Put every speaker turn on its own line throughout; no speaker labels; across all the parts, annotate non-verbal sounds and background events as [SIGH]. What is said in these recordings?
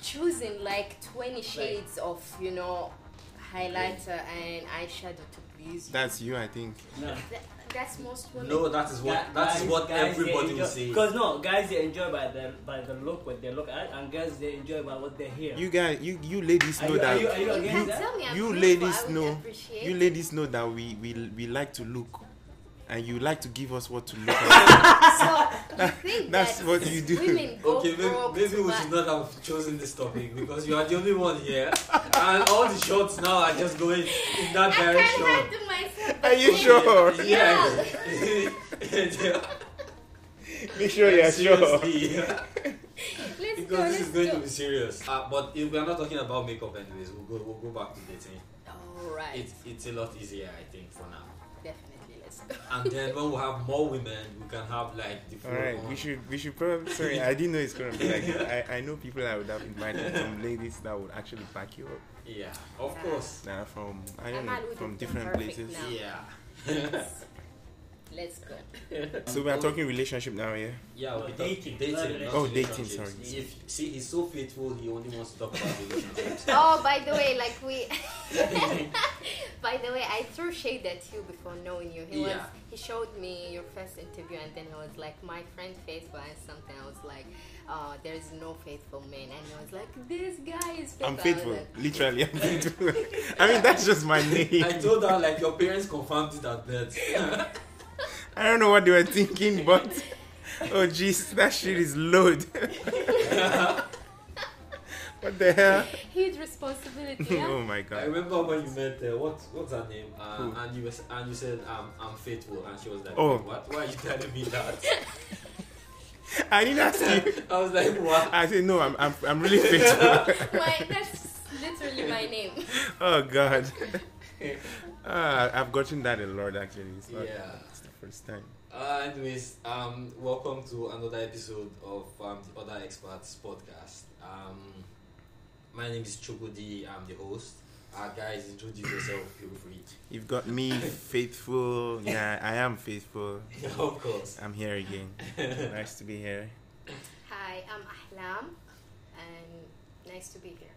choosing like 20 shades of, you know, highlighter and eyeshadow to please you.
That's you, I think.
No.
Th- that's most women.
No, that is what that is what everybody will say.
Because no, guys they enjoy by the by the look what they look at, and girls they enjoy by what they hear.
You guys, you you ladies
Are
know
you-
that
are you- are
you
against
can
that?
tell me I'm
you
beautiful,
ladies
I would
know-
appreciate
you
it.
ladies know that we we we like to look, and you like to give us what to
[LAUGHS]
look at.
so you
[LAUGHS]
think
That's
that
what you do. [LAUGHS]
Women go
Okay, maybe,
broke
maybe
to
we
buy-
should not have chosen this topic because you are the only one here, and all the shots now are just going in that
I can't
direction.
handle myself.
Are you
[LAUGHS]
sure?
Yeah. [LAUGHS]
Make sure
Seriously.
Let's go. Let's
Because this is going to
go.
be serious. Uh, but if we are not talking about makeup, anyways, we'll go we'll go back to dating.
All right.
It's it's a lot easier, I think, for now.
Definitely. Let's go.
And then when we have more women, we can have like the full
All right,
on.
we should we should probably. Sorry, I didn't know it's gonna be like. that. I I know people that would have in mind and some ladies that would actually back you up.
Yeah, of
Yeah.
course.
Nah, from I
I'm
don't know
not looking
from
for
different
perfect
places.
now.
Yeah. [LAUGHS]
Let's go.
So we are talking relationship now, yeah.
Yeah,
No,
we
dating.
dating. Dating.
Not
not
Oh, dating,
relationships.
sorry.
If see, he's so faithful. He only wants to talk about
[LAUGHS]
relationships.
Oh, by the way, like we. [LAUGHS] by the way, I threw shade at you before knowing you. He was
Yeah.
he showed me your first interview, and then he was like, "My friend faithful," and something. I was like, "Uh, there is no faithful man," and he was like, "This guy is faithful." I
I'm
was
faithful,
like,
literally. I'm faithful. [LAUGHS] I mean, that's just
[LAUGHS]
my name.
I told her like your parents confirmed it at birth.
I don't know what they were thinking, but oh jeez, that shit is load. [LAUGHS] what the hell?
Huge responsibility.
oh [LAUGHS]
Yeah?
my
I
god.
remember when you met uh, what what's her name, uh,
Who?
and you was, and you said um, I'm faithful, and she was like,
Oh.
what? Why are you telling me that? [LAUGHS]
I didn't ask you.
I was like, [LAUGHS] what?
I said no. I'm I'm, I'm really faithful. [LAUGHS]
my, that's literally my name.
oh god. Ah, I've gotten that a lot actually. It's not
Yeah.
it's the first time.
Uh, anyways, um, welcome to another episode of um, the Other Experts podcast. Um, my name is Chukudi. I'm the host. Uh, guys, introduce yourself. Feel [LAUGHS] free.
You've got me faithful. Yeah, I am faithful.
of course.
I'm here again. Nice to be here.
Hi, I'm Ahlam, and nice to be here.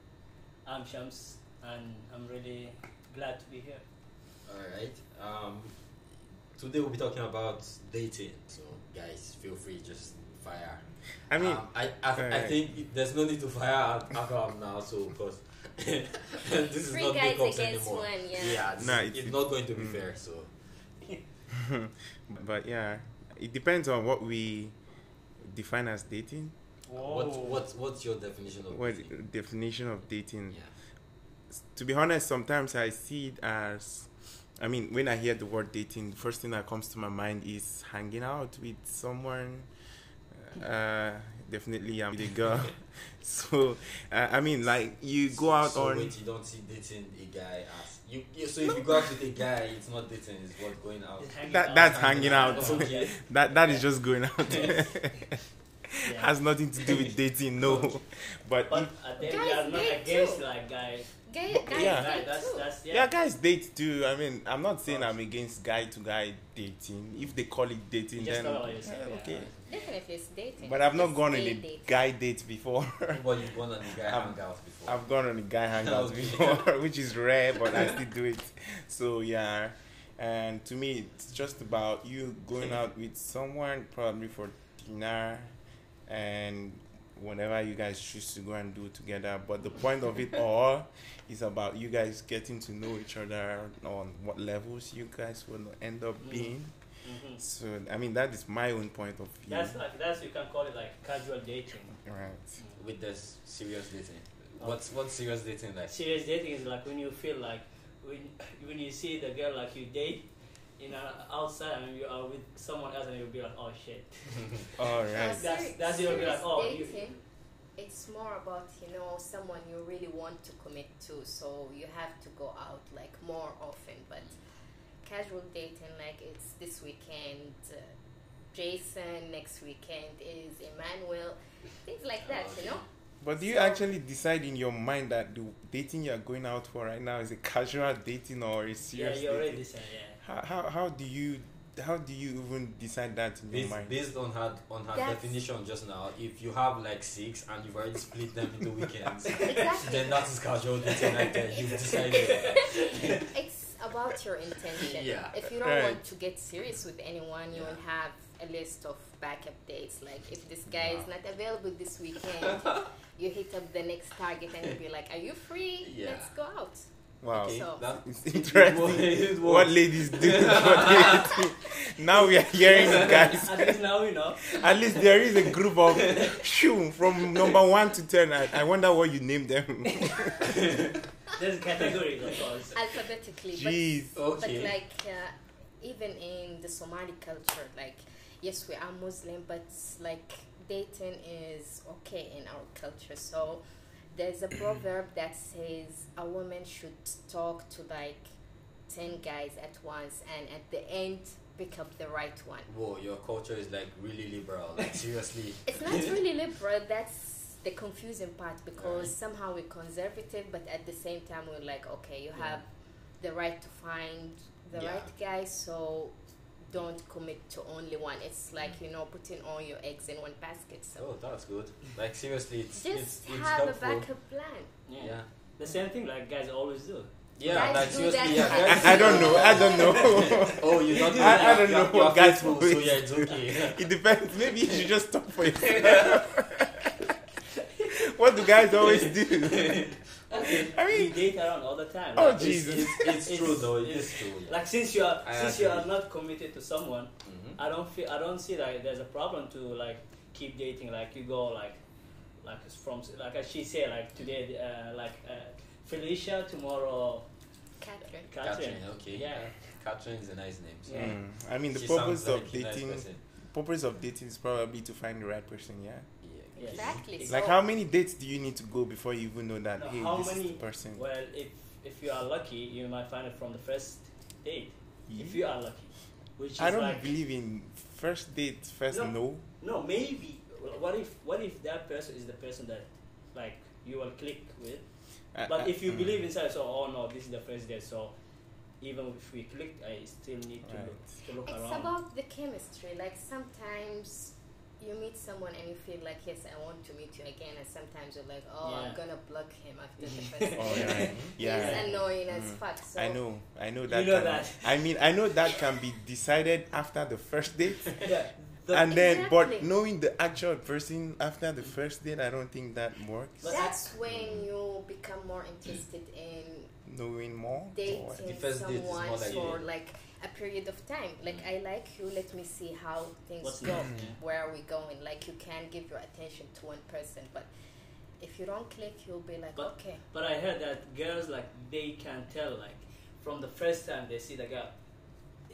I'm Shams, and I'm really glad to be here.
All right. Um, today we'll be talking about dating. So, guys, feel free just fire.
I mean,
Um, I I, I
alright.
think there's no need to fire at Akram now. So, because [LAUGHS] this is
Three
not
guys
breakups
against
anymore.
one. Yeah.
this
Nah,
is-
it's-
it's, not going to be
mm.
fair. So.
[LAUGHS] but yeah, it depends on what we define as dating.
What
Oh.
what what's your definition of
What
dating?
definition of dating?
Yeah.
To be honest, sometimes I see it as, I mean, when I hear the word dating, the first thing that comes to my mind is hanging out with someone. Uh, definitely, I'm the girl. [LAUGHS] so, uh, I mean, like you go out
so
on.
Wait, you don't see dating a guy as you. you so if you go out with a guy, it's not dating. It's what
[LAUGHS]
going out.
That, that's hanging
Hanging
out.
out.
Oh,
[LAUGHS]
Okay.
that that is just going out.
Yeah.
Has nothing to do with dating, no. But
But
if-
I think
Guys
we are not
date
against
too.
like guys.
Guy,
But-
guys
Yeah.
do
Right, that's
too.
that's
yeah.
yeah.
guys date too. I mean, I'm not saying I'm against guy to guy dating. If they call it dating,
You just
then
talk about yourself,
yeah,
yeah.
okay.
Definitely, it's dating.
But I've not
It's
gone on
gay
a
dating.
guy date before. [LAUGHS]
But you've gone on a guy
I'm-
hangout before.
I've gone on a guy hangout
Okay.
before, [LAUGHS] which is rare, but I still do it. So yeah, and to me, it's just about you going out with someone probably for dinner, and whatever you guys choose to go and do together. But the point of it all [LAUGHS] is about you guys getting to know each other on what levels you guys will end up
Mm.
being.
Mhm.
So I mean, that is my own point of view.
That's like that's you can call it like casual dating.
right.
with this serious dating.
Oh.
What's what's serious dating like? [LAUGHS]
Serious dating is like when you feel like when [LAUGHS] when you see the girl like you date, you know, outside and you are with someone else and you'll be like, oh shit.
All
Uh,
right.
That's-
seri-
that's your-
serious
oh, you-
dating, It's more about you know someone you really want to commit to, so you have to go out like more often. But casual dating, like it's this weekend, uh, Jason next weekend is Emmanuel, things like that. You know,
Oh.
But do you
So-
actually decide in your mind that the dating you're going out for right now is a casual dating or a
Yeah,
serious
you already
dating?
said yeah.
How, how, how do you how do you even decide that in your
Based,
mind?
based on her on her
That's-
definition just now, if you have like six and you've already split them into weekends,
Exactly.
then that is casual dating right there.
[LAUGHS]
You've decided.
It's about your intention.
Yeah.
If you don't
Right.
want to get serious with anyone, you
Yeah.
will have a list of backup dates. Like if this guy is
Yeah.
not available this weekend, you hit up the next target and you'll be like, "Are you free?
Yeah.
Let's go out."
Wow.
Okay,
So-
that-
It's
Well, it
interesting what
was. [LAUGHS]
ladies do. What ladies do. Now we are hearing it, [LAUGHS] guys.
At least now we know.
At least there is a group of shoo from number one to ten. I, I wonder what you name
[LAUGHS]
them.
There's categories, of course.
Alphabetically, but
Jeez.
okay.
But like uh, even in the Somali culture, like yes, we are Muslim, but like dating is okay in our culture. So there's a proverb that says a woman should talk to like ten guys at once, and at the end pick up the right one.
Whoa, your culture is like really liberal. Like seriously.
[LAUGHS] It's not really liberal. That's the confusing part because somehow we're conservative, but at the same time we're like, okay, you
Yeah.
have the right to find the
Yeah.
right guy, so don't commit to only one. It's like you know putting all your eggs in one basket. So
[LAUGHS] Oh, that's good. Like seriously, it's it's,
just
it's
have a
helpful.
backup plan.
Yeah.
Yeah.
The same thing like guys always do.
Yeah,
Guys
like
do that.
seriously, yeah. guys-
I, I don't know. I don't know.
[LAUGHS] Oh, you
[LAUGHS]
don't. know
I- I
that.
don't
You
know
are- you are
what guys
faithful,
do.
So yeah,
[LAUGHS]
it's okay.
It depends. Maybe you should just stop for yourself.
[LAUGHS]
[LAUGHS] what do guys always
[LAUGHS]
do? I
You
mean,
date around all the time.
Oh,
Like,
gee. Jesus.
It's, it's, it's
It's-
true though. It
it's-
is true. Yeah.
like since you are
I
since you
agree.
are not committed to someone,
Mhm.
I don't feel I don't see that there's a problem to like keep dating. Like you go like like it's from like as she said like today uh, like uh, Felicia tomorrow
Catherine,
Catherine.
Catherine, okay.
[LAUGHS]
Yeah.
Catherine is a nice name. So.
Yeah.
Mm, I mean, the
She
purpose
sounds like
of
a nice
dating,
person.
purpose of dating is probably to find the right person. Yeah.
Yeah.
Yes.
exactly.
Like
Like,
so
how many dates do you need to go before you even know that
No,
hey,
how
this is
many-
the person?
Well, if if you are lucky, you might find it from the first date. If you are lucky, which is
Hmm? I don't
like
believe in first date, first
No.
no.
no, maybe. What if what if that person is the person that like you will click with?
I- I-
But if you
mm.
believe inside, so oh no, this is the first day, so even if we clicked, I still need to
Right.
look, to look
it's
around.
about the chemistry. Like sometimes you meet someone and you feel like yes, I want to meet you again, and sometimes you're like, oh, I'm
Yeah.
gonna block him after the first.
[LAUGHS]
Oh,
date.
yeah. yeah.
It's annoying as
Mm.
fuck. So
I know, I know
You
that.
know
can-
that.
I mean, I know that can be decided after the first date,
yeah, [LAUGHS] the,
and then, but
Exactly.
knowing the actual person after the first date, I don't think that works.
But-
that's when you become more interested in
Knowing more, or what?
[LAUGHS]
dating
The first date is
someone
more like- Mm.
for like a period of time. Like I like you, let me see how things
what's
go.
next?
Where are we going? Like you can give your attention to one person, but if you don't click, you'll be like,
But-
okay,
But I heard that girls like they can tell like from the first time they see the girl,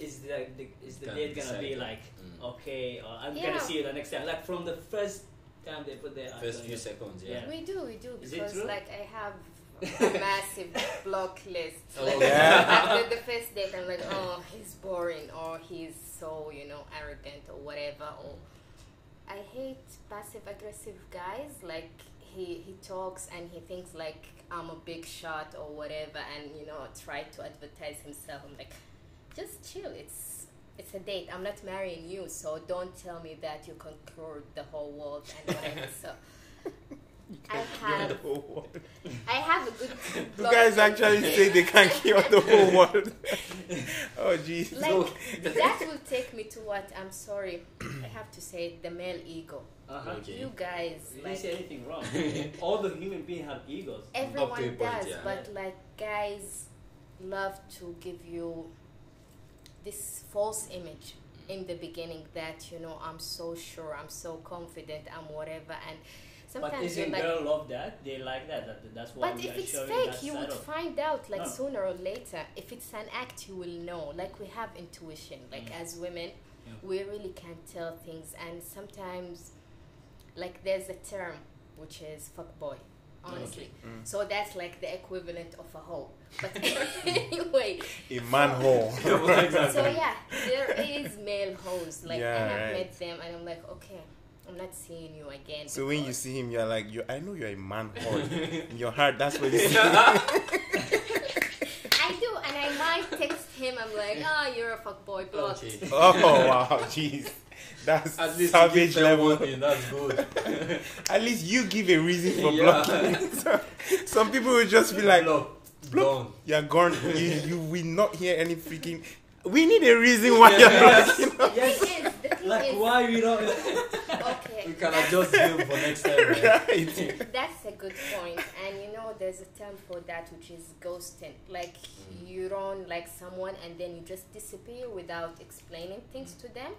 is the, the is the
Can
date gonna be
decide.
like
Mm.
okay, or I'm
Yeah.
gonna see you the next time? Like from the first time they put their eyes
First
on
few
you.
seconds, yeah.
Yeah.
we do, we do,
Is it
because
true?
like I have. A massive block list.
Oh,
Like,
yeah.
After the first date, I'm like, oh, he's boring, or he's so you know arrogant, or whatever, or I hate passive aggressive guys. Like he he talks and he thinks like I'm a big shot or whatever, and you know try to advertise himself. I'm like, just chill. It's it's a date. I'm not marrying you, so don't tell me that you conquered the whole world and whatever. so I
You're
[LAUGHS]
the
have
whole world.
I have a good.
[LAUGHS]
[LAUGHS]
You
block-
guys actually say
[LAUGHS]
they can cure the whole world. [LAUGHS] oh, jeez.
Like that will take me to what I'm sorry. I have to say the male ego.
Uh-huh.
Okay.
You guys
You didn't
like
say anything wrong. All the human beings have egos.
Up to a
everyone
point,
does
yeah.
but like guys love to give you this false image in the beginning that you know i'm so sure i'm so confident i'm whatever and
But
sometimes you're
isn't
like
girl love that? They like that. that that's why
but
we
if
are
it's
showing
fake
that
you
side
would
of
find out like
No.
sooner or later if it's an act you will know like we have intuition like
Mm.
as women
Yeah.
we really can tell things and sometimes like there's a term which is fuck boy honestly
Mm.
so that's like the equivalent of a hoe
[LAUGHS]
but anyway
A
[LAUGHS]
manhole.
so yeah there is male hoes like
Yeah,
and i've
right.
met them and i'm like okay i'm not seeing you again
So when you
because-
see him, you're like, you I know you're a
Oh,
[LAUGHS]
[LAUGHS]
manhole. In your heart, that's what you see.
I do, and I I text him, I'm
[LAUGHS]
like, oh, you're a fuckboy, blocked.
Okay.
Oh wow, jeez, that's
At least you give
savage
them
level.
warning, that's good.
At least you give a reason for
Yeah.
blocking.
[LAUGHS]
So, some people will just [LAUGHS] be like,
Block. Done.
"You're gone.
[LAUGHS]
You, you will not hear any freaking." We need a reason why
[LAUGHS]
you're blocking. [LAUGHS]
Yes.
Thing is, the thing
Like
is,
why we don't?
okay,
We can adjust him for next time. man.
right.
that's a good point and you know there's a term for that which is ghosting like
Mm.
you don't like someone and then you just disappear without explaining things
Mm.
to them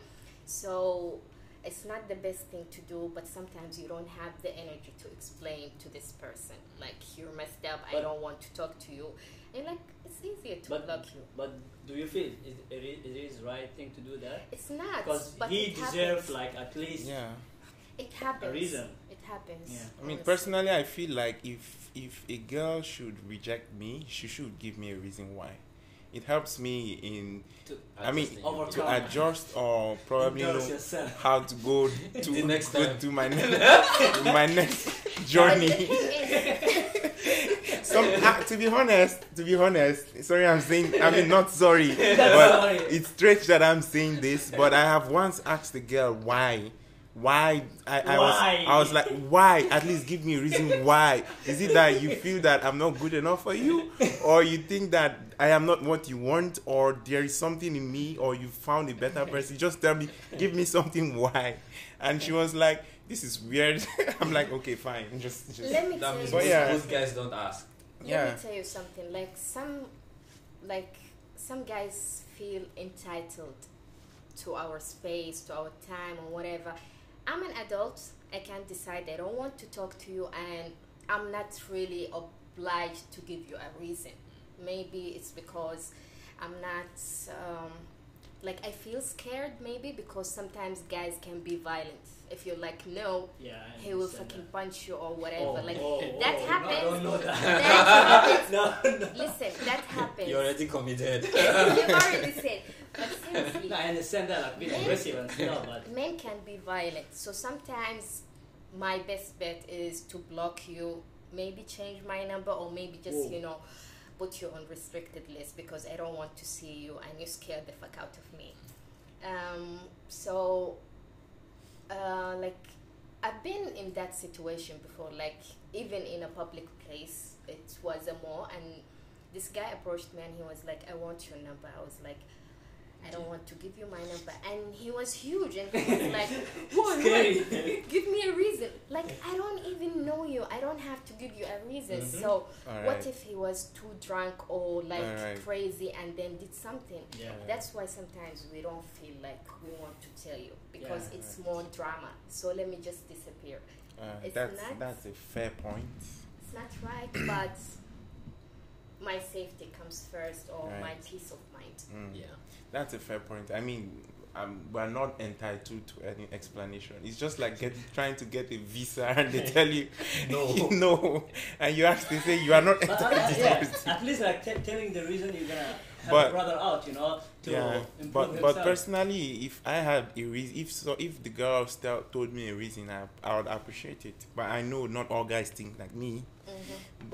so it's not the best thing to do but sometimes you don't have the energy to explain to this person like you're messed up i
But-
don't want to talk to you and like it's easier to
But-
block you
But do you feel it, it, is- it is right thing to do that?
it's not
Because
but
he
it
deserves
happens.
like at least
Yeah.
it happens
reason.
it happens
Yeah.
I mean,
honestly.
personally, I feel like if if a girl should reject me, she should give me a reason why. It helps me in [LAUGHS] I mean,
Adjusting.
overcome.
to adjust or probably
indulge
know
yourself.
how to go to
[LAUGHS] The next
go
time.
to my next [LAUGHS] my next
But the
[LAUGHS]
journey.
thing is,
Some ah, to be honest, to be honest, sorry, I'm saying I mean not
[LAUGHS]
sorry, but
Sorry.
it's strange that I'm saying this. But I have once asked the girl why. Why I, I
Why?
was I was like why at least give me a reason why is it that you feel that I'm not good enough for you or you think that I am not what you want or there is something in me or you found a better person just tell me give me something why and she was like this is weird [LAUGHS] I'm like okay fine just just
let me
That
tell
means
you
But
most,
yeah.
most guys don't ask.
Yeah.
Let me tell you something. Like some, like some guys feel entitled to our space, to our time, or whatever. I'm an adult. I can decide I don't want to talk to you, and I'm not really obliged to give you a reason. Maybe it's because I'm not. Um, like I feel scared, maybe because sometimes guys can be violent. If you're like no,
Yeah. I
he will
understand
fucking
that.
punch you or whatever.
Oh,
like
oh,
that
oh,
happens.
No, I don't know that.
That happens.
[LAUGHS] no, no.
Listen,
[LAUGHS]
that happens.
You're already committed.
You've already said. But seriously,
No, I understand that like being aggressive and stuff,
[LAUGHS]
but [LAUGHS]
men can be violent. So sometimes my best bet is to block you, maybe change my number, or maybe just,
Whoa.
you know, put you on restricted list because I don't want to see you and you scared the fuck out of me. Um, so, uh, like, I've been in that situation before, like, even in a public place, it was a mall, and this guy approached me and he was like, I want your number. I was like, I don't want to give you my number. And he was huge and he was
[LAUGHS]
like, Whoa,
Scary.
give me a reason. Like, I don't even know you. I don't have to give you a reason.
Mhm.
So,
All
what
Mm-hmm. right.
if he was too drunk or like
Alright.
crazy and then did something?
yeah.
That's why sometimes we don't feel like we want to tell you because
Yeah.
it's more drama. So let me just disappear.
Uh,
It's
that's
nuts.
that's a fair point.
It's not right, [CLEARS THROAT] but my safety comes first or my
Right.
peace of mind.
Mm.
[LAUGHS] yeah.
That's a fair point. I mean, um, we're not entitled to any explanation. It's just like get, trying to get a visa and they tell you
No.
[LAUGHS] no, and you ask they say you are not
But uh,
entitled. to
yeah,
this.
at least like t- telling the reason you're gonna help
But-
brother out, you know, to
yeah,
improve
but
himself.
but personally, if I had a reason, if so, if the girl still told me a reason, I I would appreciate it. But I know not all guys think like me,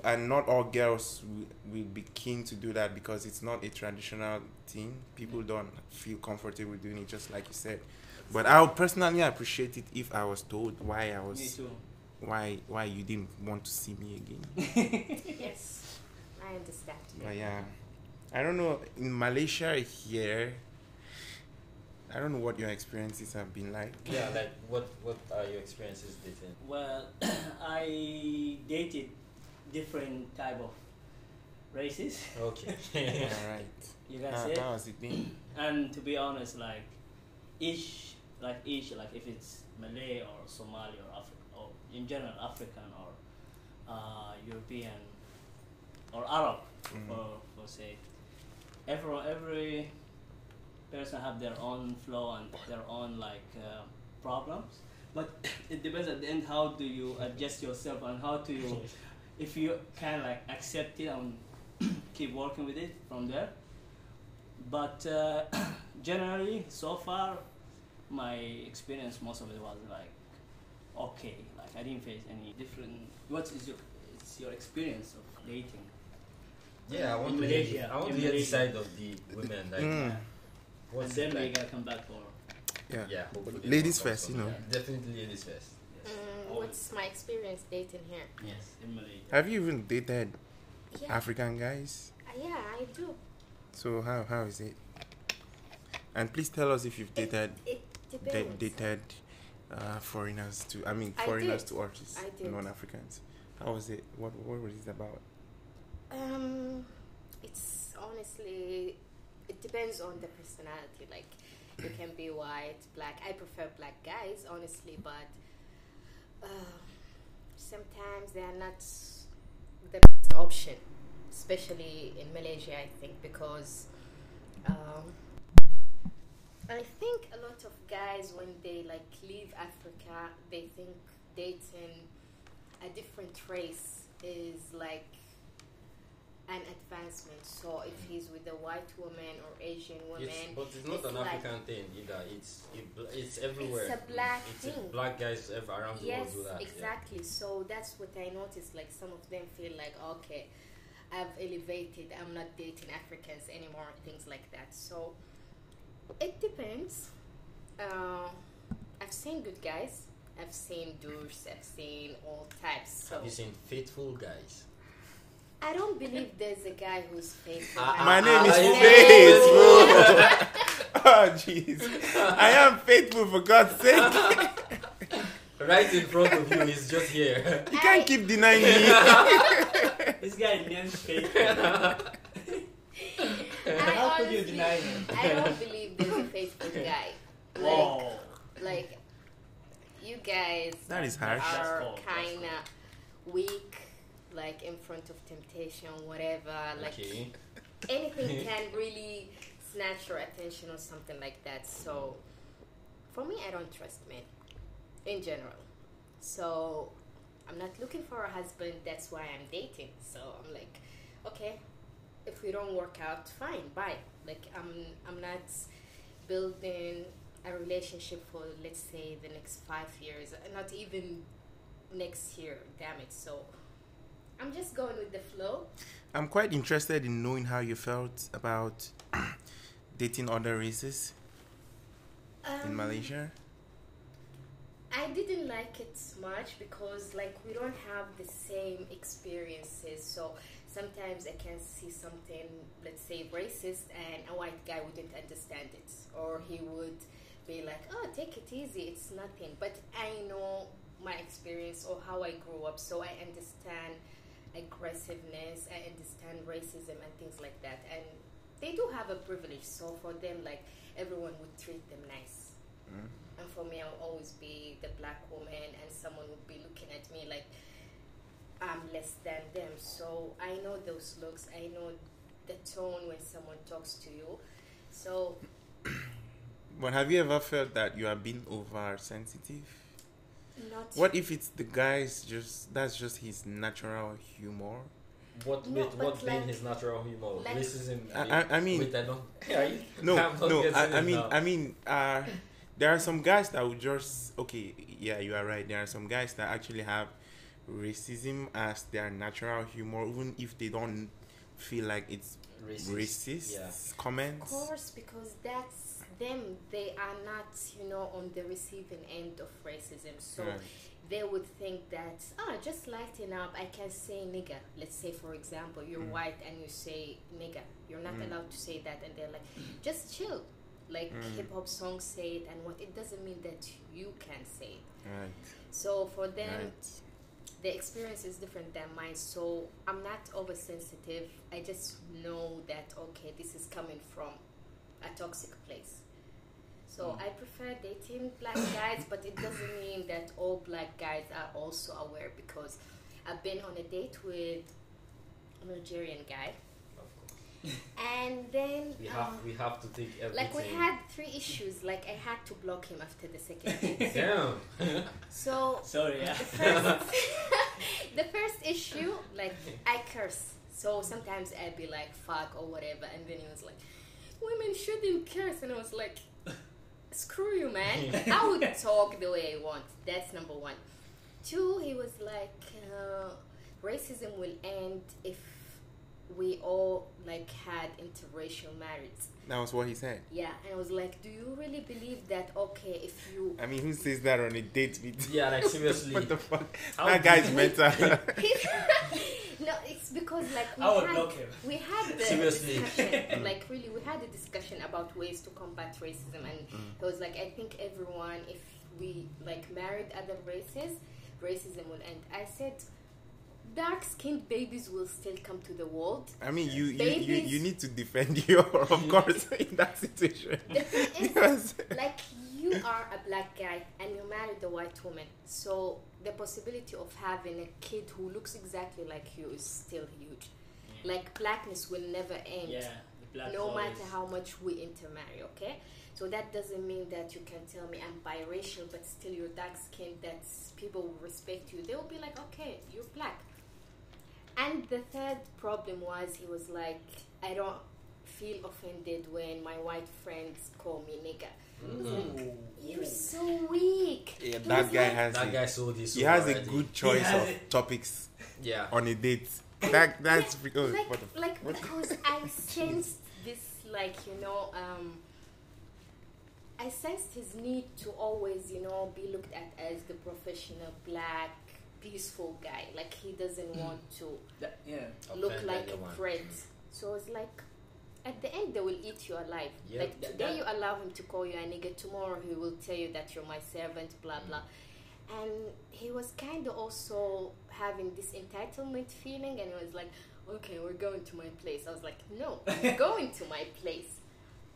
and not all girls will, will be keen to do that because it's not a traditional thing. People don't feel comfortable doing it, just like you said. But I would personally appreciate it if I was told why I
me
was
too. [LAUGHS]
why why you didn't want to see me
[LAUGHS]
again.
Yes, I understand.
But yeah, I don't know in Malaysia here. I don't know what your experiences have been like.
Yeah, like what what are your experiences dating?
Well, [CLEARS THROAT] I dated different type of races,
Okay. [LAUGHS]
All right.
you can
How,
say,
how has it been?
and to be honest, like each, like each, like if it's Malay or Somali or African or in general African or uh, European or Arab,
Mm.
for, for say, every every person have their own flow and their own like uh, problems. But [COUGHS] it depends at the end how do you adjust yourself and how do you, if you can like accept it and [COUGHS] keep working with it from there. But uh, [COUGHS] generally, so far, my experience most of it was like okay. Like I didn't face any different. What is your it's your experience of dating?
Yeah, I want
In
to hear.
Malaysia,
I want
in
to hear the
Malaysia.
side of the women. Like,
Mm,
uh,
and
what's
then we
like,
gotta come back for
yeah.
yeah, hopefully
Ladies
we'll come
first, you
somewhere.
know.
Definitely ladies first.
yes,
Mm,
Always.
what's my experience dating here?
yes in
[LAUGHS]
Malaysia.
Have you even dated
Yeah,
African guys?
yeah, I do.
So how how is it? And please tell us if you've dated
It
da-
depends.
dated uh, foreigners to I mean
I
foreigners
did.
to artists,
I did.
non Africans. How was it? What what was it about? [LAUGHS]
Um, it's honestly, it depends on the personality. Like, you can be white, black. I prefer black guys, honestly, but uh, sometimes they are not the best option, especially in Malaysia, I think, because um, I think a lot of guys, when they like leave Africa, they think dating a different race is like an advancement. So if he's with a white woman or Asian woman,
It's, but it's not
it's
an
like-
African thing either. It's it, bl- it's everywhere. Mm.
It's a black
It's
thing.
black guys ev- around the
yes,
world do that. yeah.
exactly. So that's what I noticed. Like some of them feel like, okay, I've elevated. I'm not dating Africans anymore. Things like that. So it depends. Uh, I've seen good guys. I've seen douches. I've seen all types. So
Have you seen faithful guys?
I don't believe there's a guy who's faithful.
[LAUGHS] Ah, ah,
My name is
ah,
yeah.
Faith, bro. oh jeez, I am faithful for God's sake.
[LAUGHS]
Right in front of you, he's just [LAUGHS]
[LAUGHS]
here.
You can't
I-
keep denying me.
[LAUGHS]
This guy named [LAUGHS] Faith.
I
How could you
honestly-
deny him?
I don't believe there's a faithful
[LAUGHS]
guy. Like,
Wow.
like you guys
That is harsh.
That's
are
cold, that's
kind of weak like in front of temptation whatever like
okay.
anything can really snatch your attention or something like that so for me i don't trust men in general so i'm not looking for a husband that's why i'm dating so i'm like okay if we don't work out fine bye like i'm i'm not building a relationship for let's say the next five years not even next year damn it so i'm just going with the flow
I'm quite interested in knowing how you felt about [CLEARS THROAT] dating other races in
Um,
Malaysia.
I didn't like it much because like we don't have the same experiences. So sometimes I can see something, let's say racist, and a white guy wouldn't understand it, or he would be like, "Oh, take it easy, it's nothing." But I know my experience or how I grew up, so I understand aggressiveness, I understand racism and things like that. And they do have a privilege, so for them, like everyone would treat them nice. And for me, I'll always be the black woman, and someone would be looking at me like I'm less than them. So I know those looks, I know the tone when someone talks to you. So
But have you ever felt that you are being oversensitive?
not
What if it's the guy's just that's just his natural humor?
What
No,
with
but
what being
like-
his natural humor?
like-
Racism.
I- I- I mean-
wait, I don't. [LAUGHS]
No,
I'm not
no.
getting
I, I
it
mean,
now.
I mean, uh, there are some guys that would just okay. Yeah, you are right. There are some guys that actually have racism as their natural humor, even if they don't feel like it's
racist.
racist
Yeah.
Of
comments.
course, because that's them. They are not, you know, on the receiving end of racism. So
Right.
they would think that, oh, just lighten up. I can say nigga. Let's say, for example, you're
Mm.
white and you say nigga. You're not
Mm.
allowed to say that. And they're like, just chill. Like
Mm.
hip hop songs say it and what. It doesn't mean that you can say it.
Right.
So for them,
Right.
the experience is different than mine so i'm not oversensitive i just know that okay this is coming from a toxic place so
Hmm.
i prefer dating black guys but it doesn't mean that all black guys are also aware because i've been on a date with a nigerian guy
Of course.
and then
We
uh,
have we have to take everything.
like we had three issues like i had to block him after the second
[LAUGHS]
date
Damn.
so
Sorry, yeah.
first, [LAUGHS] the first issue, like I curse. So sometimes I'd be like fuck or whatever, and then he was like, "Women shouldn't curse," and I was like, "Screw you, man!
[LAUGHS]
I would talk the way I want." That's number one. Two, he was like, uh, "Racism will end if we all like had interracial marriage.
That was what he said.
Yeah, and I was like, do you really believe that? Okay, if
[LAUGHS]
you [LAUGHS]
I mean, who says that on a date with?
Yeah, like
[LAUGHS]
seriously.
what the fuck?
How
that
do
guy's
you-
mental.
[LAUGHS]
[LAUGHS]
no, it's because like we
I would
had,
block him.
we had the
Seriously.
discussion, like really, we had a discussion about ways to combat racism, and it was like I think everyone, if we like married other races, racism will end. I said, dark-skinned babies will still come to the world.
I mean, you you, you
Babies.
you need to defend [LAUGHS] your, of course, in that situation.
The thing is,
[LAUGHS] Because-
like you are a black guy and you married a white woman so the possibility of having a kid who looks exactly like you is still huge like blackness will never end
Yeah, the black
no
always-
matter how much we intermarry okay so that doesn't mean that you can tell me i'm biracial but still you're dark skinned that people will respect you they will be like okay you're black and the third problem was he was like i don't feel offended when my white friends call me nigga
Mm.
you're so weak
yeah,
He
that
was
guy
like-
has
That
a-
guy sold his
he
soul
has a
already.
good choice
has
of
it.
topics
Yeah.
on a date. That that's
Yeah,
oh,
like,
what the
like
what-
because
[LAUGHS]
I sensed this, like you know, um, I sensed his need to always, you know, be looked at as the professional black peaceful guy. Like he doesn't
Mm.
want to
That- [LAUGHS] yeah.
look
Offend
like
anyone.
a threat.
Mm.
So it's like. At the end, they will eat you alive.
Yeah.
Like
That-
today,
that-
you allow him to call you a nigga. Tomorrow, he will tell you that you're my servant. Blah
Mm.
blah and he was kind of also having this entitlement feeling and he was like okay we're going to my place i was like
[LAUGHS]
no
[LAUGHS]
i'm going to my place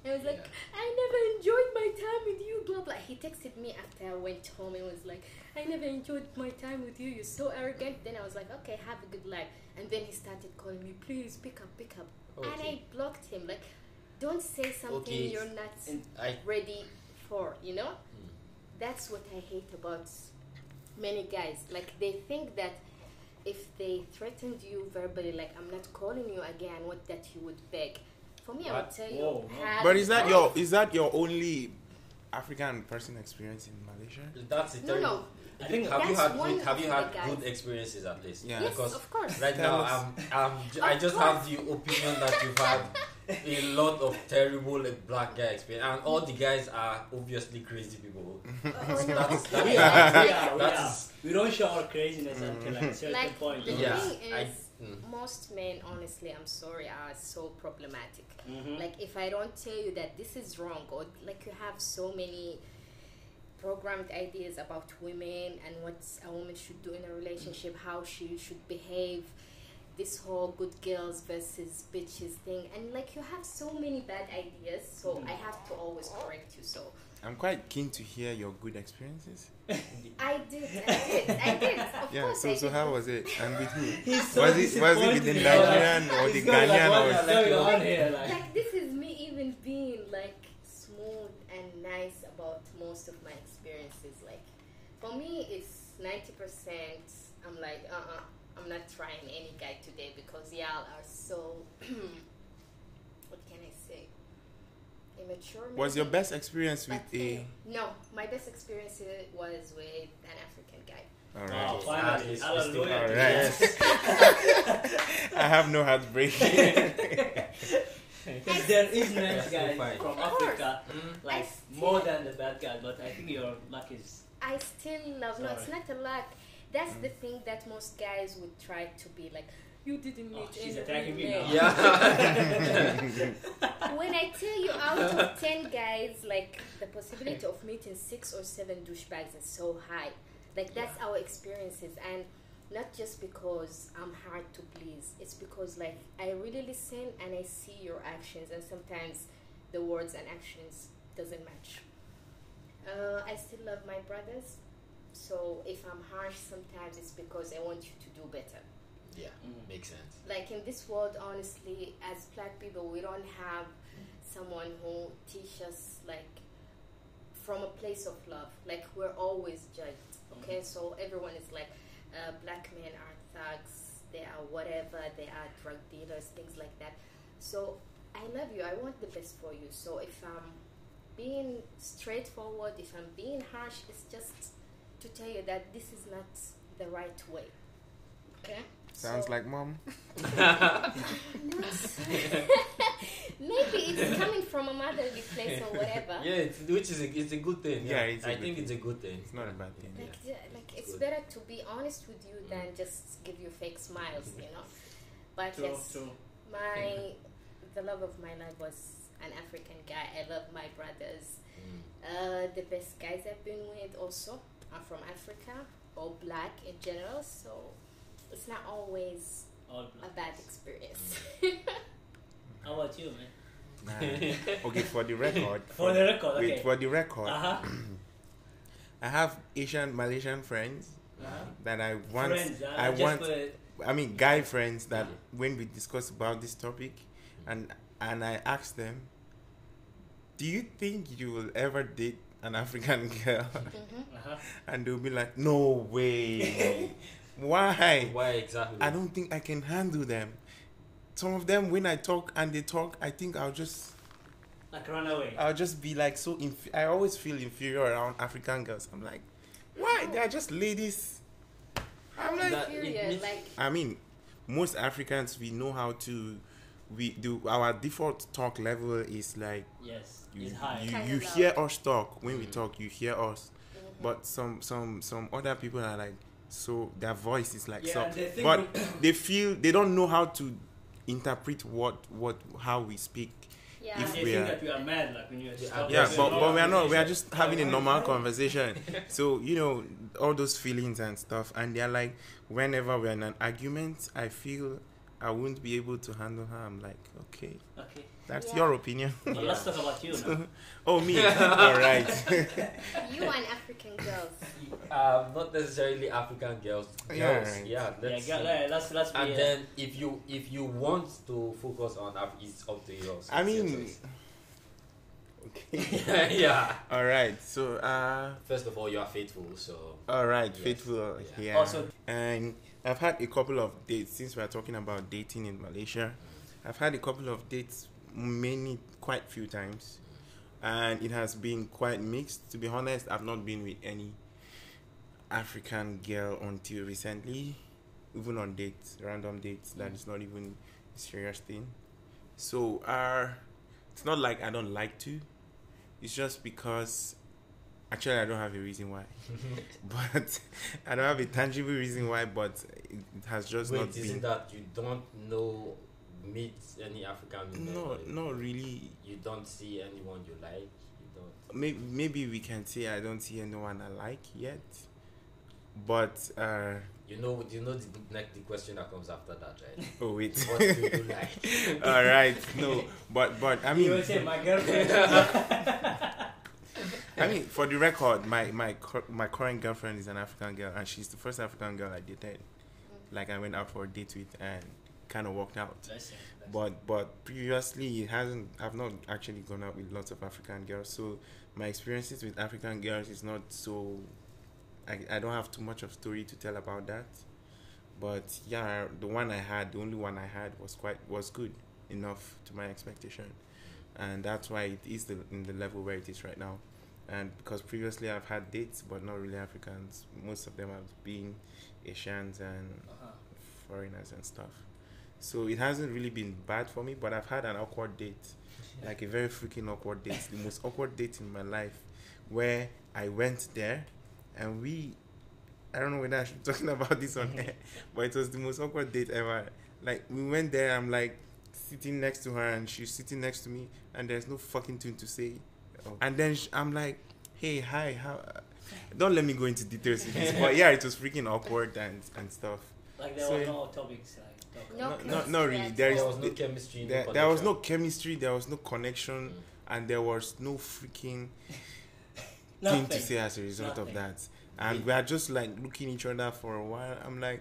and I was like, I never enjoyed my time with you, blah blah. He texted me after I went home and was like, I never enjoyed my time with you. You're so arrogant. Then I was like, okay, have a good life. And then he started calling me, please pick up, pick up. And I
Okay.
blocked him. Like, don't say something
Okay.
you're not
And
I
ready for, you know?
Hmm.
That's what I hate about many guys. Like, they think that if they threatened you verbally, like, I'm not calling you again, what that you would beg. For me, I would
What?
tell you.
Whoa, whoa.
have
But is that
fun.
your is that your only African person experience in Malaysia?
that's the
No,
thing.
no.
I think
That's
have you had
one
good, have you
of
had
the guys.
good experiences at least?
Yeah.
Yes,
Because
of course.
right
Tell
now
us.
I'm, I'm ju- I
Of
just
course.
have the opinion that you've had
[LAUGHS]
a lot of terrible like, black guy experience, and all the guys are obviously crazy people.
Oh, no.
That's- that's-
we
Okay.
are, we
Like-
are, we are.
That's-
We don't show our craziness
Mm-hmm.
until like a certain
Like,
point.
the
Yeah,
thing
I-
is,
mm.
most men, honestly, I'm sorry, are so problematic.
Hmm?
Mhm.
Like, if I don't tell you that this is wrong, or like you have so many programmed ideas about women and what a woman should do in a relationship, how she should behave, this whole good girls versus bitches thing, and like you have so many bad ideas, so
Hmm.
I have to always correct you. So
I'm quite keen to hear your good experiences.
I did, I did, I did. Of
Yeah.
course
So
I
so
did.
how was it? And with
[LAUGHS]
who?
He's
Was it was it with the
disappointed.
Nigerian or the
It's not like what is
Ghanaian or?
going on here, like-
like this is me even being like smooth and nice about most of my experiences like for me it's 90% i'm like uh-uh i'm not trying any guy today because y'all are so [CLEARS THROAT] what can i say immature
Was your
maybe?
best experience with uh,
But
a?
anyway, no my best experience uh, was with an african guy
All
Wow,
right.
At
finally.
least we still
Hallelujah.
All right. [LAUGHS]
Yes.
I have no heartbreak.
[LAUGHS] Because [LAUGHS] there is nice
Yes, you're
guys
fine.
from
Of course.
Africa,
Mm.
like
I see.
more than the bad guys, but I think your luck is
I still love. No, it's
Sorry. Mm.
not a lot. That's the thing that most guys would try to be like. You didn't meet
Oh, she's
any
attacking me
real
now.
men."
[LAUGHS]
[LAUGHS]
Yeah.
When I tell you, out of ten guys, like the possibility of meeting six or seven douchebags is so high. Like that's our experiences, and not just because I'm hard to please. It's because like I really listen and I see your actions, and sometimes the words and actions doesn't match. Uh, I still love my brothers, so if I'm harsh sometimes, it's because I want you to do better.
yeah.
Mm.
Makes
[LAUGHS]
[LAUGHS] sense.
Like in this world, honestly, as black people, we don't have someone who teaches us like from a place of love. Like we're always judged. Okay, so everyone is like, uh, black men are thugs. They are whatever. They are drug dealers, things like that. So I love you. I want the best for you. So if I'm being straightforward, if I'm being harsh, it's just to tell you that this is not the right way. Okay.
Sounds
So-
like mom.
[LAUGHS] Maybe it's coming from a motherly place or whatever.
yeah, it's, which is a, it's a good thing.
Yeah, it's a
I
good
think
thing.
it's a good thing.
It's not a bad
[LAUGHS]
thing.
Like, the- like it's
Good.
better to be honest with you
Mm.
than just give you fake smiles, you know. But
True,
yes,
true.
my the love of my life was an African guy. I love my brothers.
Mm.
Uh, the best guys I've been with also are from Africa or black in general. So it's not always
All
a
black.
bad experience.
How about you, man?
Nah. Uh, okay, for the record.
For the record,
wait,
okay.
for the record,
[LAUGHS] Uh-huh.
I have Asian Malaysian friends
uh-huh.
that I want.
Friends, uh,
I
just
want.
for,
I mean, guy friends that
Yeah.
when we discuss about this topic, and and I ask them, "Do you think you will ever date an African [LAUGHS] girl?"
[LAUGHS]
Mhm.
uh-huh.
and they'll be like, "No way,
[LAUGHS]
why?
Why exactly?
I don't think I can handle them." Some of them, when I talk and they talk, I think I'll just
like run away.
I'll just be like so. Inf- I always feel inferior around African girls. I'm like, why? They are just ladies. I'm like,
That- it
Period.
means-
like
I mean, most Africans we know how to. We do our default talk level is like
Yes,
you
it's high. Mm.
you,
Kinda
you
loud.
hear us talk when we
Mhm.
talk. You hear us,
mhm.
but some some some other people are like so their voice is like
Yeah,
so,
and they think
but they feel they don't know how to interpret what what how we speak.
yeah.
if
they
we
think
are-
that we are mad, like when you're
Yeah,
just talking
Yeah,
to
but,
your
but we are not. We are
relationship.
just having a normal conversation. So you know all those feelings and stuff, and they're like, whenever we're in an argument, I feel I won't be able to handle her. I'm like, okay,
Okay,
that's
Yeah.
your opinion.
but let's talk about you now.
[LAUGHS] oh me, all
[LAUGHS]
right. [LAUGHS]
you and African girls.
Um, not necessarily African girls.
Yeah,
Girls,
right.
yeah.
yeah,
Let's
go- like, let's let's be.
And
uh,
then if you if you want to focus on Af- it's up to you. also.
I
It's your
mean, [LAUGHS] okay,
choice. [LAUGHS] yeah.
all right. So uh,
First of all, you are faithful, so
all right,
Yes.
faithful.
Yeah.
Yeah.
also
and I've had a couple of dates since we're talking about dating in Malaysia. I've had a couple of dates, many, quite few times, and it has been quite mixed. To be honest, I've not been with any African girl until recently, even on dates, random dates.
Mm.
That is not even a serious thing. So, uh, it's not like I don't like to. It's just because, actually, I don't have a reason
[LAUGHS]
why but I don't have a tangible reason why, but it it has just
wait,
not
isn't
been.
that you don't know meet any African women?
No,
or
not really.
You don't see anyone you like. You don't.
Maybe, maybe we can say I don't see anyone I like yet, but uh,
You know. You know the like the question that comes after that,
[LAUGHS]
right?
oh wait,
what do you
[LAUGHS]
like?
all right, no, but but I
you will
mean,
say my
[LAUGHS]
girlfriend.
I mean, for the record, my my cur- my current girlfriend is an African girl, and she's the first African girl I dated. Like I went out for a date with and kind of walked out.
Bless you, bless you.
but but previously it hasn't i've not actually gone out with lots of african girls so my experiences with african girls is not so i, I don't have too much of story to tell about that but yeah the one i had the only one i had was quite was good enough to my expectation and that's why it is the, in the level where it is right now and because previously i've had dates but not really africans most of them have been asians and
Uh-huh.
foreigners and stuff. So it hasn't really been bad for me, but I've had an awkward date, like a very freaking awkward date, the most awkward date in my life, where I went there, and we, I don't know whether I should be talking [LAUGHS] about this on air, but it was the most awkward date ever. Like we went there, I'm like sitting next to her, and she's sitting next to me, and there's no fucking thing to say, and then sh I'm like, hey, hi, how? uh, Don't let me go into details with this, but yeah, it was freaking awkward and and stuff.
Like there
So-
were no topics like talk.
No,
No, no,
chemistry
not really.
at
There is
there
all.
was no chemistry.
there,
no
there was no
connection.
chemistry there was no connection
Mm.
and there was no freaking
Nothing.
thing to say as a result
Nothing.
of that and
Yeah.
we are just like looking each other for a while i'm like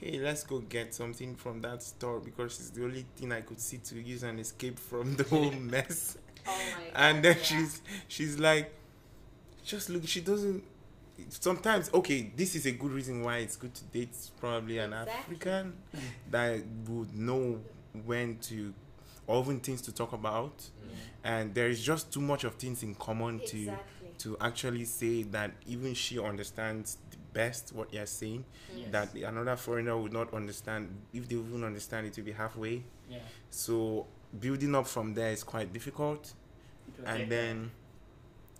hey let's go get something from that store because it's the only thing i could see to use and escape from the
[LAUGHS]
whole mess
Oh my
and
God,
then
yeah.
she's she's like just look she doesn't sometimes okay this is a good reason why it's good to date probably an
Exactly.
african that would know when to or even things to talk about
Mm.
and there is just too much of things in common
exactly.
to to actually say that even she understands best what you're saying
Yes.
that another foreigner would not understand if they even understand it will be halfway
yeah.
so building up from there is quite difficult
It will take-
and then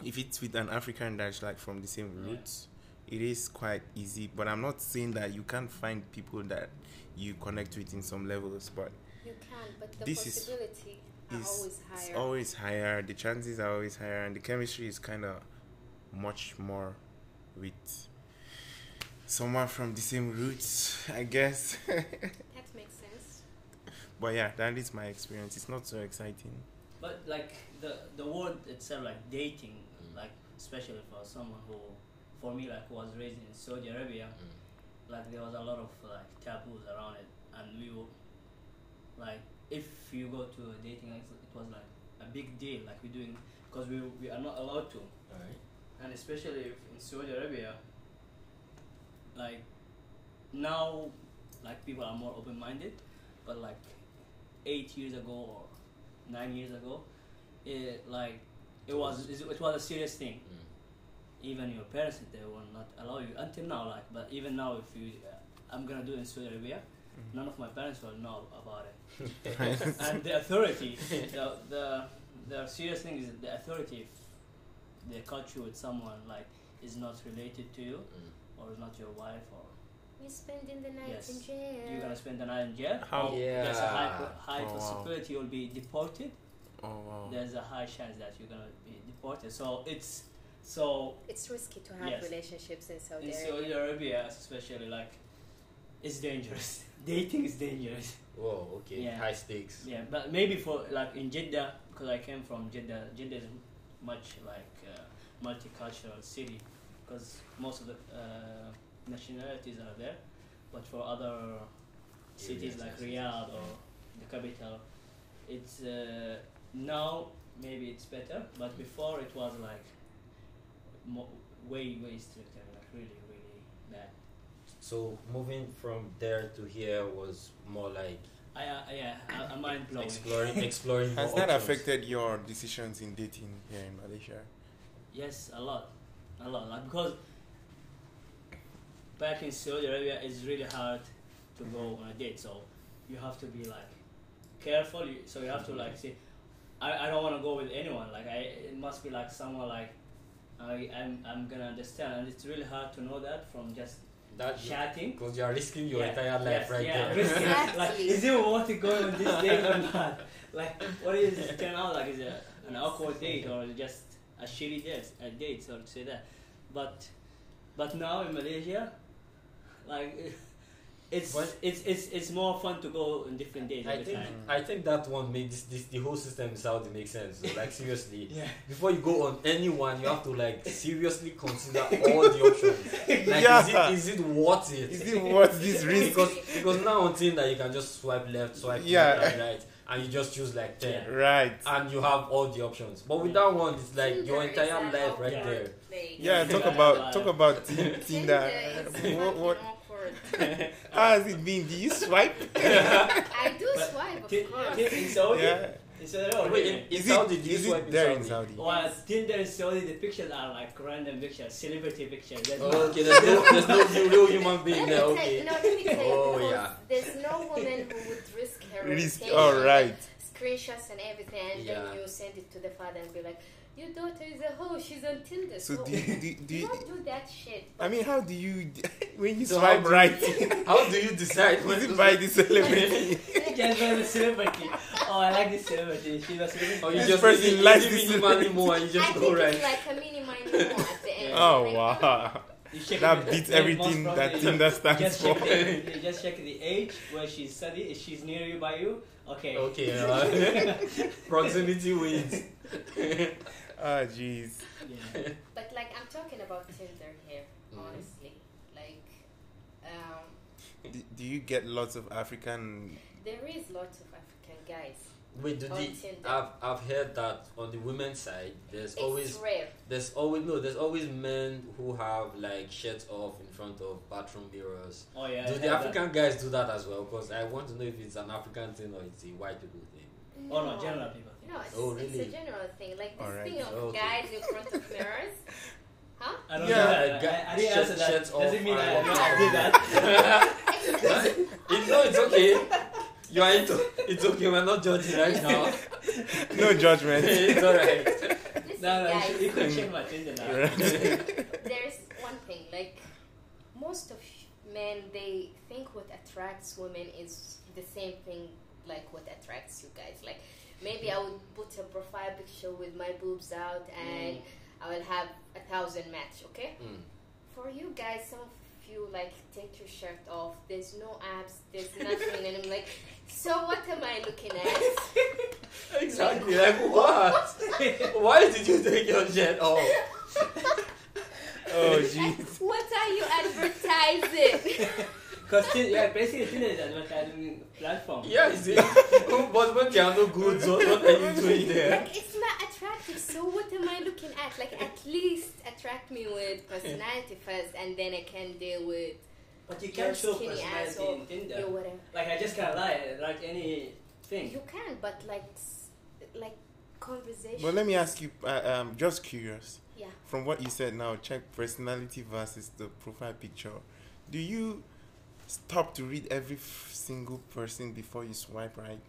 if it's with an african that's like from the same
Yeah.
roots it is quite easy but i'm not saying that you can't find people that you connect with in some levels but
You can, but the
This is-
possibility are
it's,
always
it's
higher.
always higher the chances are always higher and the chemistry is kind of much more with someone from the same roots i guess [LAUGHS]
that makes sense.
but yeah that is my experience it's not so exciting
But like the the word itself, like dating,
Mm.
like especially for someone who, for me, like who was raised in Saudi Arabia, like there was a lot of like taboos around it, and we were like, if you go to a dating, ex- it was like a big deal, like we're doing, because we we are not allowed to,
Alright.
and especially if in Saudi Arabia, like now, like people are more open-minded, but like eight years ago or nine years ago, it like it was it was a serious thing.
Mm.
Even your parents they will not allow you until now. Like, but even now, if you, uh, I'm gonna do it in Saudi Arabia, none of my parents will know about it [LAUGHS]
Mm.
and the authority, the, the the serious thing is that the authority, if they caught you with someone like is not related to you
Mm.
or is not your wife or
You're spending the night
Yes.
in jail.
you're gonna spend the night in jail.
How-
or
Mm.
There's a high,
Yeah.
high
Oh, wow.
possibility you'll be deported.
oh wow
There's a high chance that you're gonna be deported. So it's so
it's risky to have
Yes.
relationships in Saudi
in
Arabia.
Saudi Arabia, especially like it's dangerous. [LAUGHS] Dating is dangerous.
Whoa, okay.
Yeah.
High stakes.
Yeah, but maybe for like in Jeddah, because I came from Jeddah. Jeddah is m- much like uh, multicultural city, because most of the uh, nationalities are there. But for other cities
Areas,
like
yes, yes,
Riyadh
yes.
or the capital, it's uh, now maybe it's better. But before it was like mo- way way stricter, like really really bad.
So moving from there to here was more like
I uh, yeah, I, I'm mind blowing. [LAUGHS]
exploring, exploring.
has
more
that
options.
affected your decisions in dating here in malaysia
Yes, a lot, a lot. Like because back in Saudi Arabia, it's really hard to go on a date. So you have to be like careful. You, so you have to like say, I, I don't want to go with anyone. Like I, it must be like someone like I I'm, I'm gonna understand. And it's really hard to know that from just
That
chatting.
because you are risking your
Yeah,
entire life
yes,
right
yeah,
there.
risking it. [LAUGHS] like,
Exactly.
is it worth it going on this date or not? Like, what is it turn out like? Is it an awkward date or just a shitty date? A date, so to say that. But, but now in Malaysia, like, [LAUGHS] it's
But-
it's it's it's more fun to go on different dates
[LAUGHS] I
every
think
time.
I think that one made this, this the whole system in Saudi make sense. So, like seriously,
[LAUGHS] Yeah.
before you go on anyone, you have to like seriously
[LAUGHS]
consider all the options. Like
Yeah.
is, it, is it worth it?
is it worth
[LAUGHS]
this risk
because because now on Tinder you can just swipe left, swipe
Yeah.
right, and right, and you just choose like ten,
Yeah.
right
and you have all the options. But with that one, it's like your
Tinder is
entire
an
life right
awkward
there.
place.
yeah talk
Yeah.
about talk about
Tinder
tinder
is
what,
fucking
what
[LAUGHS]
awkward.
how has it been do you swipe
I do
But
swipe,
Ti-
of course.
ti- in Saudi,
yeah
in Saudi Arabia,
Wait, in, in
is
Saudi,
it,
do you
is
swipe
it
in
there
Saudi?
in saudi
while Tinder in Saudi, the pictures are like random pictures, celebrity pictures. There's no-
Oh, Okay, there's no, there's no real human being
Let me [LAUGHS]
there.
tell-
Okay.
No, let me tell you.
Oh,
because
yeah.
There's no woman who would risk her
risk
reputation,
all right
screenshots and everything, and
Yeah.
then you send it to the father and be like, "Your daughter is a hoe. She's on Tinder."
so
So [LAUGHS]
do you, do, you- do you,
not do that shit.
i mean how do you [LAUGHS] when you
So how
swipe
do you-
right
[LAUGHS]
[LAUGHS]
How do you decide when
is
to
it by the
[LAUGHS]
celebrity
[LAUGHS] Just by the celebrity. Oh, I like this celebrity. She was really
Or Oh, you
This
just
person
leave,
likes
leave
this
it humanly more and you
I
just
think
go
it's
right.
like a mini mind more at the
[LAUGHS]
end.
oh
Like,
wow
You check
that
the-
beats
the-
everything
most
that
probably-
tinder stands
Just
for
check, the, you just check the age where she study. If she's near you by you, okay. [LAUGHS]
Okay, [LAUGHS] uh, proximity wins.
oh jeez
Yeah.
But like I'm talking about Tinder here, honestly. Like um,
do, do you get lots of african
there is lots of African guys.
[LAUGHS] Wait, do
On
the,
Tinder.
I've I've heard that on the women's side, there's
It's
always
rare.
there's always no there's always men who have like shirts off in front of bathroom mirrors.
Oh yeah. I
do
heard
the
that.
African guys do that as well? Because I want to know if it's an African thing or it's a white people thing.
Oh no, general people. think.
No, it's,
Oh,
it's
really?
a general thing. Like this
Alright.
thing of
Okay.
guys in front of mirrors.
I I don't
Yeah.
do that.
Guy-
I, I didn't
shirt-
answer that.
shirts
Does
off
it mean I,
and-
no, I did that?
[LAUGHS] It- no, it's okay. You are into, it's okay. We're not judging
[LAUGHS]
right now.
no judgment.
[LAUGHS] it's alright.
Listen,
No, no,
guys, [LAUGHS]
you- you could change my gender now. [LAUGHS]
there's one thing like most of men they think what attracts women is the same thing like what attracts you guys like maybe i would put a profile picture with my boobs out and
Mm.
i will have a thousand match okay
Mm.
for you guys some of you like take your shirt off there's no abs there's nothing and i'm like so what am i looking at
Exactly. Like
[LAUGHS]
what? Why did you take your shirt off?
Oh jeez.
what are you advertising
Because yeah, basically Tinder is an advertising platform.
Yeah, you see. but when there are no goods, what, what are you doing there?
Like it's not attractive, so what am I looking at? Like at least attract me with personality first, and then I can deal with
But you
your
can't show
skinny ass
personality
or
in Tinder.
your whatever.
Like I just can't lie, like anything.
You can, but like s- like conversation.
[LAUGHS] But let me ask you, uh, um, just curious.
Yeah.
From what you said now, check personality versus the profile picture. Do you stop to read every f- single person before you swipe right?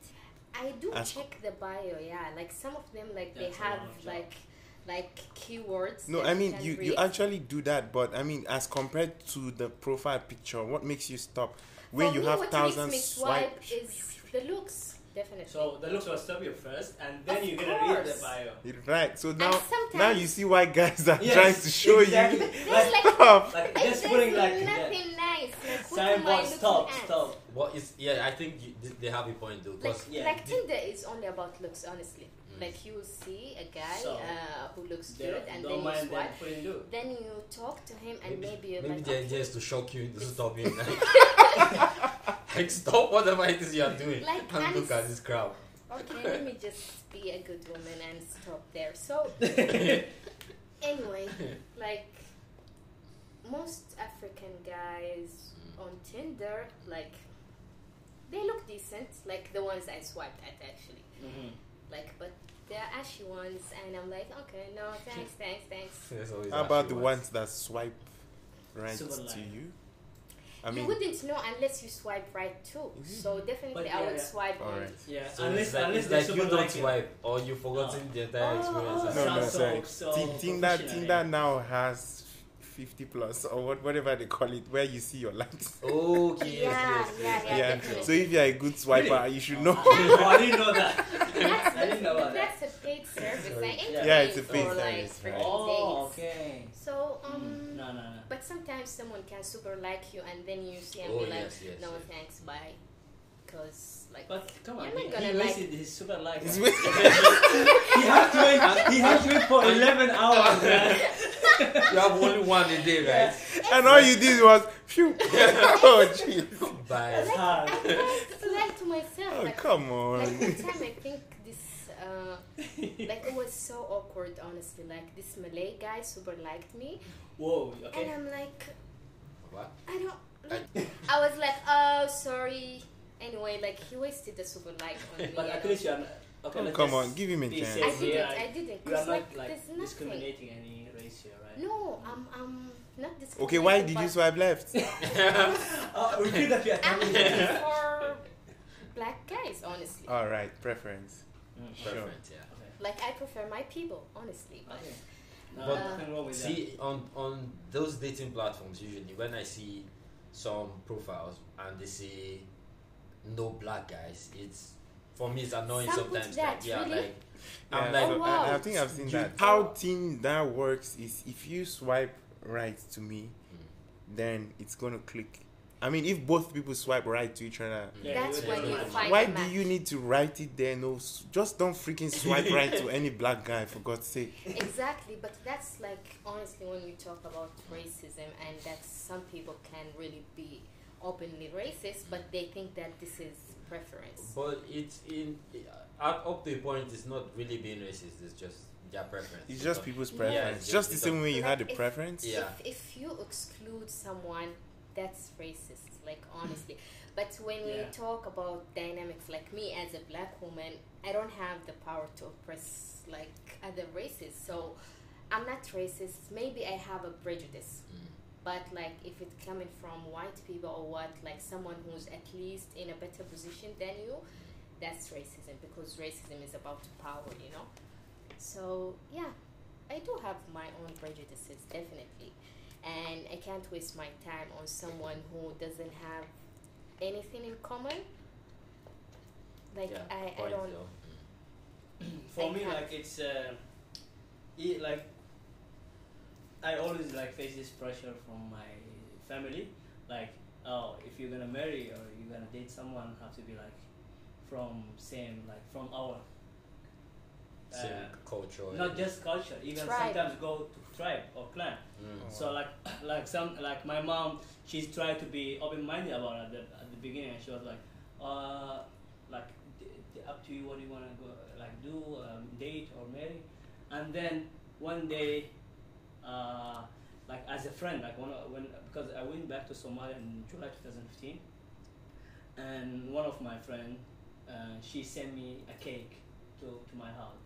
I do
Ask-
check the bio. Yeah, like some of them, like they
That's a
have
lot of job.
like like keywords.
No,
that
I mean
can
you, you
read.
actually do that, but I mean as compared to the profile picture, what makes you stop when
For
you
me,
have
what
thousands
makes me
swipe?
swipe is the looks definitely.
So the looks will stop you first, and then
Of
you're gonna read
course.
the bio.
Right. So now
sometimes-
now you see why guys are trying to show [LAUGHS]
exactly.
There's like
Like,
you.
like
Like,
[LAUGHS] just
there's
putting like
nothing nice. Like,
the
what am I
signboard,
looking
stop,
at?
stop.
What is? Yeah, I think you, they- they have a point though.
Like,
Cause
Yeah.
like Tinder is only about looks, honestly.
Mm.
Like you will see a guy
So,
uh, who looks
They
cute, and then
don't
you
mind them
swipe.
putting
[LAUGHS]
do. [LAUGHS]
Then you talk to him, and maybe, you're
maybe
like,
the
okay.
idea is to shock you into
[LAUGHS]
stopping. Like, like stop whatever it is you are doing
Like,
and look
I'm-
at this crowd.
"Oh, okay, let me just be a good woman and stop there. So
Mm-hmm.
anyway,
[LAUGHS]
like most African guys on Tinder, like they look decent. Like the ones I swiped at, actually.
Mhm.
Like, but they're ashy ones, and I'm like, okay, no, thanks, thanks, thanks.
There's always
How about
actually
the
one.
ones that swipe right
Super
to
line.
you? I
you
mean,
wouldn't know unless you swipe right too.
Mhm.
So definitely,
But
I
yeah,
would
yeah.
swipe
all
on.
right.
Yeah,
So
unless
it's like,
unless
it's
they
like
super
you don't
like it.
swipe or you've forgotten the entire
Oh,
experience.
oh,
as
No,
well.
no,
Sounds so-
sorry.
so
Ti- Tinder,
professional,
Tinder
right?
now has fifty plus or what, whatever they call it, where you see
[LAUGHS]
your likes.
Okay,
Yeah,
yes, yes, yes,
Yeah,
Yeah.
definitely.
So if you're a good swiper, you should know.
[LAUGHS] oh, I didn't know that. [LAUGHS]
That's,
I didn't know
but
about that.
that's a paid service. I
Sorry.
ain't
Yeah,
paying
it's a
for,
paid
like,
service, right.
freaking
Oh,
dates.
okay.
So um,
Mm, No, no, no.
but sometimes someone can super like you, and then you see and
Oh,
be like,
yes, yes,
no
yes.
thanks, bye, because like [LAUGHS]
But [LAUGHS] come on,
You're not
he,
gonna
he
like-
wasted his super life.
[LAUGHS] It's [LAUGHS]
he
weird.
had to wait. He had to wait for eleven
[LAUGHS]
hours. man.
You have only one a day, right?
and all you did was
[LAUGHS]
phew. oh jeez.
Bye.
like
hard.
I can't lie to myself.
Oh
like,
come
like one [LAUGHS]
on.
time, I think this. Uh, like it was so awkward honestly like this malay guy super liked me
Whoa.
and
Okay.
i'm like
What?
I don't. Like, I was like, oh, sorry. Anyway, like he wasted the super like
[LAUGHS]
on me.
But
you
at
know.
least you are. Okay,
Oh,
let's
come
just
on, give him a
be
chance.
I
serious.
didn't.
Yeah,
I didn't.
You are
Cause
not
like,
like
there's nothing.
discriminating any race here, right? [LAUGHS]
No, I'm. I'm not discriminating.
Okay, why did you
but
swipe left?
[LAUGHS] Uh, we feel that we are [LAUGHS]
I'm
coming.
looking for black guys, honestly.
All right, preference. Sure.
Perfect, yeah.
Like I prefer my people, honestly. But
Okay. No,
But-
nothing wrong with
See, on on those dating platforms, usually when I see some profiles and they say no black guys, it's for me it's annoying
Some put
sometimes.
that,
like, yeah,
really?
like
Yeah,
I'm like,
so
Oh,
I- I,
wow.
think I've seen
You-
that. How Tinder works is if you swipe right to me, then it's gonna click. I mean, if both people swipe right to each other,
Yeah,
that's
you
where
would
you
imagine.
find.
why
the
do you
match.
need to write it there? No, s- just don't freaking swipe right to any black guy for God's sake.
Exactly, but that's like honestly when we talk about racism and that some people can really be openly racist, but they think that this is preference.
but it's in uh, up up to a point. It's not really being racist. It's just their preference.
It's just people's
Yeah,
preference.
it's
just,
just-
the
it's
same way you
Like,
had a
if-
preference.
Yeah.
If, if you exclude someone, that's racist, like honestly. But when we
Yeah.
talk about dynamics, like me as a black woman, I don't have the power to oppress like other races, so I'm not racist. Maybe I have a prejudice,
Mm.
but like if it's coming from white people or what, like someone who's at least in a better position than you, that's racism because racism is about power, you know. So yeah, I do have my own prejudices definitely, and I can't waste my time on someone who doesn't have anything in common. Like
yeah,
I, I
point
don't.
though.
for me
Okay.
like it's uh, it, like i always like face this pressure from my family like oh if you're gonna marry or you're gonna date someone have to be like from same like from our
Mm. Same
Uh,
culture.
not
[LAUGHS]
just culture even
Tribe.
sometimes go to tribe or clan
Mm.
so like [COUGHS] like some like my mom, she's tried to be open minded about it at the, at the beginning, and she was like, uh, like d- d- up to you what you wanna go like do um, date or marry, and then one day, uh, like as a friend, like one of- when because I went back to Somalia in July 2015, and one of my friend, uh, she sent me a cake to to my house.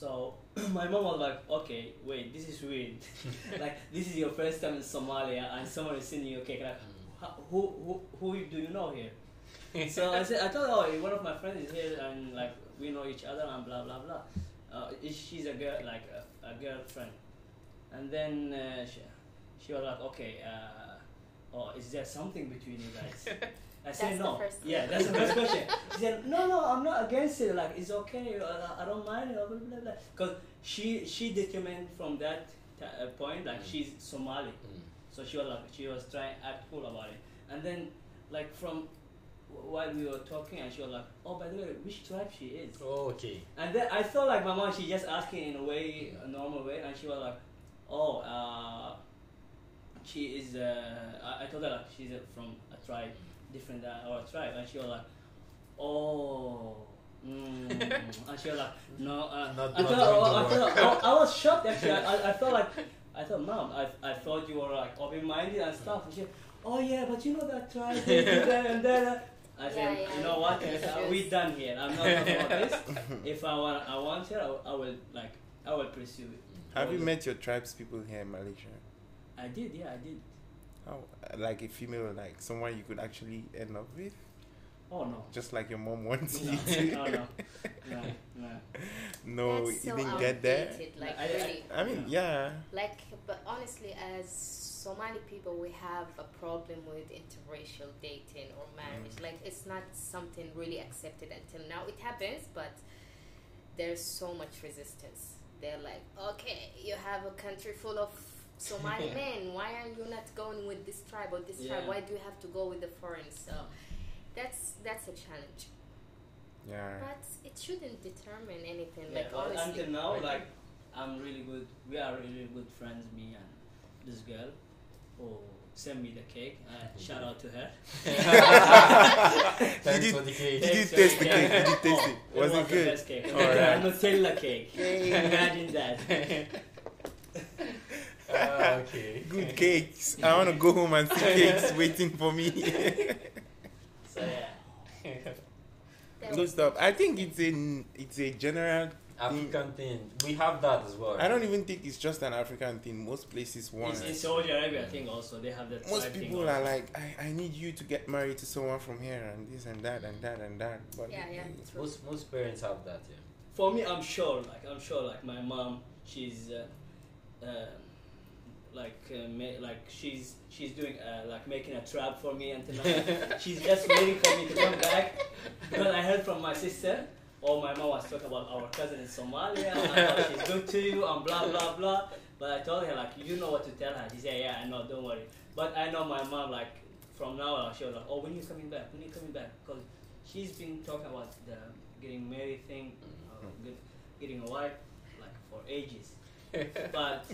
So [COUGHS] my mom was like, okay, wait, this is weird. [LAUGHS] like this is your first time in Somalia and someone is sending you a cake. Like,
Mm.
how, who, who who do you know here? so I said, I told her, oh, one of my friends is here and like we know each other and blah blah blah. Uh, is- she's a girl, like a, a girlfriend, and then uh, she, she was like, okay, uh, oh, is there something between you guys? I said
That's the
no.
first
yeah,
thing.
that's the first
[LAUGHS]
question. She said, no, no, I'm not against it. Like it's okay. I, I don't mind. Blah blah blah. Because she she determined from that t- uh, point like she's Somali.
Mm.
So she was like, she was trying to act cool about it. And then, like from while we were talking, and she was like, oh, by the way, which tribe she is?
Oh, okay.
And then I felt like my mom, she just asking in a way, a normal way, and she was like, oh, uh, she is. Uh, I, I told her like she's uh, from a tribe different than our tribe, and she was like, oh. Mm. and she was like, no, uh, I,
Not-
thought,
not doing the
I,
work.
thought- I- I was shocked actually. I, I- I felt like, I thought, mom, I, I thought you were like open minded and stuff. And she, oh yeah, but you know that
[LAUGHS]
tribe, they do that and that. I said,
Yeah, yeah,
you know what,
yeah,
Teresa,
sure.
we done here. I'm not talking about
[LAUGHS]
this. If I want, I want it. I, will- I will like, I will pursue it.
Have you
Always.
met your tribes people here in Malaysia?
I did, yeah, I did.
How, like a female, like someone you could actually end up with,
Oh
[LAUGHS]
no.
just like your mom wants
No,
you to.
no, no, no, no.
No,
that's
you
so
didn't get there.
outdated, Like
I- I-
really,
I mean, yeah.
like but honestly, as Somali people, we have a problem with interracial dating or marriage.
Mm.
Like it's not something really accepted until now. It happens, but there's so much resistance. They're like, okay, you have a country full of
[LAUGHS]
Somali men. Why are you not going with this tribe or this tribe?
Yeah.
Why do you have to go with the foreign? So that's that's a challenge.
Yeah.
But it shouldn't determine anything. [LAUGHS]
Yeah,
like
well,
honestly,
until now, like I'm really good. We are really good friends, me and this girl who sent me the cake. Uh, shout out to her. [LAUGHS]
[LAUGHS]
[LAUGHS]
Thanks
did-
for the cake.
Did you
Thanks,
taste
uh,
the
yeah.
cake? Did you
[LAUGHS]
taste it?
Oh,
Was
was
it
the
good?
best cake. [LAUGHS]
Alright.
Nutella cake.
[LAUGHS]
Imagine that.
[LAUGHS]
Ah, okay. [LAUGHS]
Good cakes. I want to go home and see cakes waiting for me. [LAUGHS]
So yeah.
there
Good stuff. I think it's a it's a general.
African thing. We have that as well.
I don't even think it's just an African thing. Most places want.
It's in
it.
Saudi Arabia, I think also they have that.
Most
tribe thing
people
also.
are like, I, I need you to get married to someone from here and this and that and that and that. But
Yeah, yeah, true.
Most most parents have that. Yeah.
[LAUGHS]
For me, I'm sure. Like I'm sure. Like my mom, she's. Uh, uh, like uh, ma- like she's she's doing uh, like making a trap for me until now. she's just waiting for me to come back. Because I heard from my sister, oh my mom was talking about our cousin in Somalia and how she's good to you and blah blah blah. But I told her like you know what to tell her. She said yeah I know don't worry. But I know my mom like from now on she was like oh when you coming back when you coming back because she's been talking about the getting married thing, uh, get- getting a wife like for ages. But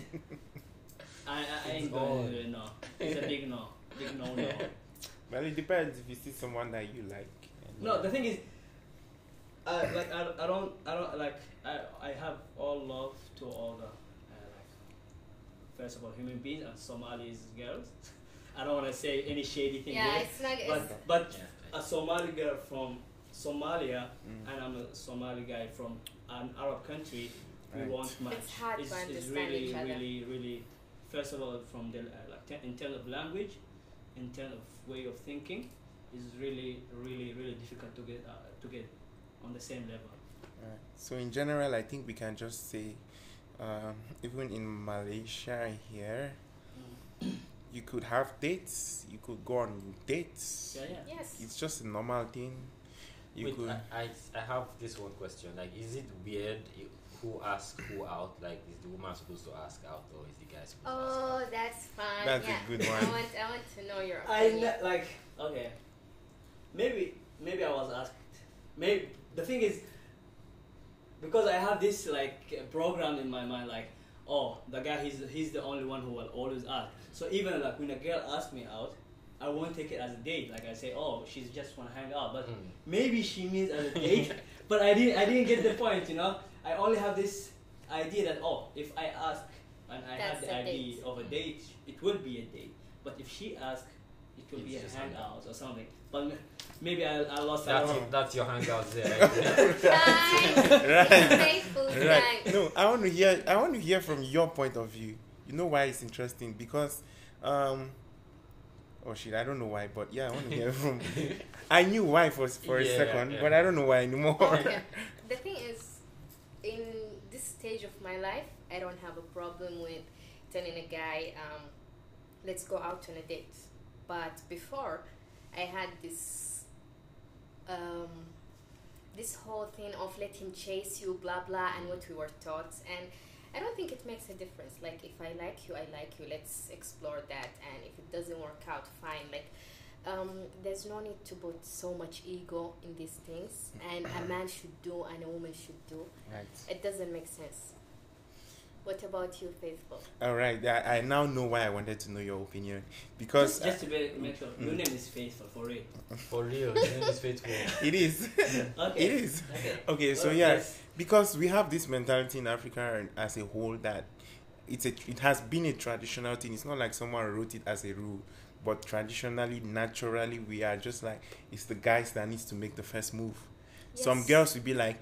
I, I, I ain't going to do it, no. It's a big no. Big no, no.
Well, it depends if you see someone that you like. and-
No, the thing is, uh, like I, I don't, I don't like I, I have all love to all the, uh, like, first of all, human beings and Somalis girls. [LAUGHS] I don't want to say any shady thing
yeah,
here,
it's not. It's,
but but
Yeah.
a Somali girl from Somalia
Mm.
and I'm a Somali guy from an Arab country. we
Right.
won't match.
It's hard to
it's, it's
understand
really,
each other.
really, really. First of all, from the uh, like te- in terms of language, in terms of way of thinking, is really, really, really difficult to get uh, to get on the same level.
Alright. So in general, I think we can just say, um, even in Malaysia here, you could have dates. You could go on dates.
Yeah, yeah.
Yes.
It's just a normal thing. You
Wait,
could.
I, I, I have this one question. Like, is it weird i- who asks who out? Like, is the woman supposed to ask out or is the guy supposed
Oh, that's fine.
That's a
yeah.
good
I
one.
want, I want to know your
I
opinion.
ne- like okay, maybe maybe I was asked. Maybe the thing is because I have this like uh, program in my mind, like oh the guy he's he's the only one who will always ask. So even like when a girl asks me out, I won't take it as a date. Like I say, oh she's just wanna hang out, but
to ask? Mm.
maybe she means as a date. but I didn't I didn't get the point. You know, I only have this idea that oh if I ask and I have
That's
the
a
idea
date.
of a date, it will be a date. But if she asks, it will be
It's
a
just
hangout or something. But m- maybe I, I lost that.
That's,
Oh.
your, that's your hangout there.
[LAUGHS] Time.
[LAUGHS] right.
Faithful
right.
time.
No, I want to hear. I want to hear from your point of view. You know why it's interesting because, um, oh shit, I don't know why, but [LAUGHS] yeah, I want
[LAUGHS]
to hear from. I knew why for for a
Yeah,
second,
yeah.
but I don't know why anymore.
Okay. The thing is, in this stage of my life, I don't have a problem with telling a guy, um, let's go out on a date. But before, I had this. Um, this whole thing of let him chase you, blah blah, and what we were taught, and I don't think it makes a difference. Like if I like you, I like you. Let's explore that, and if it doesn't work out, fine. Like um, there's no need to put so much ego in these things, and a man should do and a woman should do.
[LAUGHS] Right.
It doesn't make sense. What about you, Faithful?
All right. I, I now know why I wanted to know your opinion because
Just, just to be, make sure your
Mm.
name is faithful for
[LAUGHS]
real.
For real, his name is Faithful.
uh, it is. [LAUGHS]
[LAUGHS] Okay.
It is.
Okay.
Okay. So
Well,
yeah,
yes.
because we have this mentality in Africa and as a whole that it's a it has been a traditional thing. It's not like someone wrote it as a rule, but traditionally, naturally, we are just like it's the guys that needs to make the first move. Some
Yes.
girls will be like,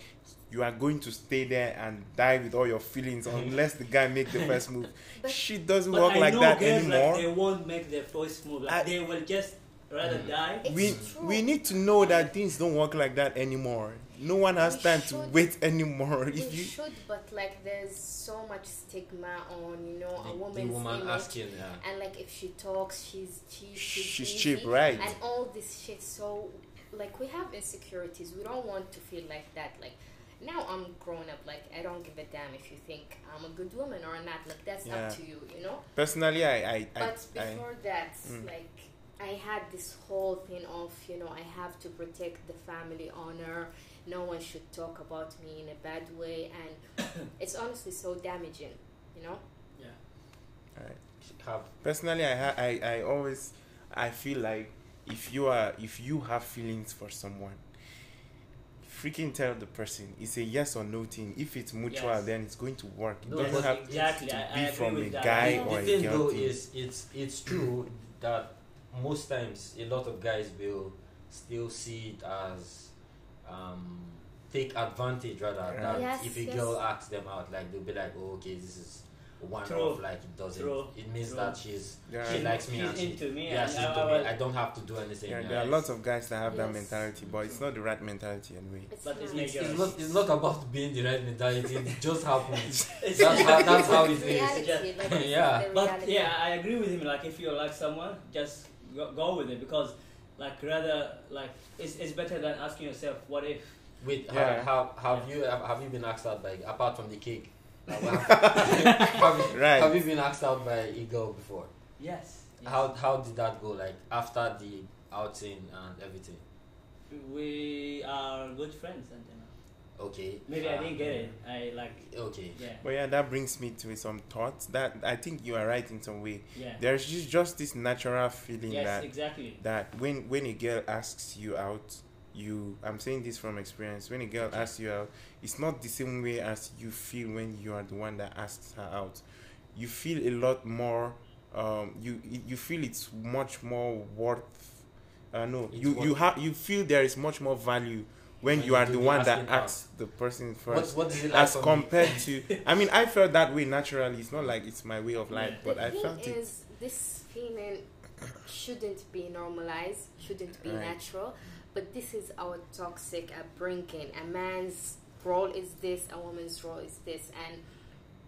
"You are going to stay there and die with all your
[LAUGHS]
feelings unless the guy make the first move."
But-
Shit doesn't
But
work
I
like
know
that
girls,
anymore.
Like, they won't make their voice move. Like,
I- Mm.
they will just rather die.
It's
we
true.
we need to know that things don't work like that anymore. No one has
We
time to
should-
wait [LAUGHS] anymore.
We
If you
should, but like there's so much stigma on you know
The,
a
the
woman's
woman
image,
asking, yeah.
and like if she talks, she's cheap.
she's
easy.
cheap, right?
and all this shit so like we have insecurities we don't want to feel like that like now i'm grown up like i don't give a damn if you think i'm a good woman or not like that's
Yeah.
up to you you know
Personally, I I I,
but
I
before that
Mm.
like i had this whole thing of you know i have to protect the family honor no one should talk about me in a bad way and [COUGHS] it's honestly so damaging you know
Yeah.
Have
personally I, ha- I I always I feel like if you are if you have feelings for someone, freaking tell the person. It's a yes or no thing. If it's mutual,
Yes.
then it's going to work. It
No,
doesn't
but
have
exactly.
to
I, I
be
agree
from
with
a
that.
guy
The-
or a
the thing
girl
though
thing.
is it's it's true that most times a lot of guys will still see it as um, take advantage rather
Yeah.
that
Yes,
if a
yes.
girl asks them out like they'll be like oh, okay this is one
True.
off like it doesn't
True.
it means
True.
that she's
Yeah.
she
She's-
likes me
she's
and she,
into me
yeah
and
she's
I-
into
I
me
will- [LAUGHS]
I don't have to do anything
Yeah,
yeah.
there are lots of guys that have that
Yes.
mentality, but it's not the right mentality anyway.
it's
But it's
not-
it's,
Yeah.
it's not it's not about being the right mentality it just
[LAUGHS]
happens
It's-
that's how that's how it is
reality, like, it's
Yeah.
the
[LAUGHS] But
reality.
yeah, I agree with him. Like, if you like someone, just go, go with it because, like, rather, like, it's, it's better than asking yourself, what if?
Wait,
Yeah.
have, have, have you have, have you been asked out by apart from the
[LAUGHS]
cake? have, you,
Right.
have you been asked out by a girl before?
Yes.
How how did that go? Like after the outing and everything.
We are good friends, and you know.
Okay.
maybe I
uh,
didn't get it. I like,
Okay.
yeah,
But yeah, that brings me to some thoughts that I think you are right in some way.
yeah.
There's just, just this natural feeling
Yes,
that
exactly.
that when when a girl asks you out, you I'm saying this from experience. When a girl asks you out, it's not the same way as you feel when you are the one that asks her out. You feel a lot more. Um, you you feel it's much more worth. Uh, no,
It's
you you
worth-
have you feel there is much more value when
When
you
you
are
do
the
the
one that
asking part.
asks the person
What,
first.
what is it like
As
for me?
compared
[LAUGHS]
to, I mean, I felt that way naturally. It's not like it's my way of life,
Yeah.
but
the
I
thing
felt it.
is, this feeling shouldn't be normalized, shouldn't be
Right.
natural. But this is our toxic upbringing. A man's role is this, a woman's role is this, and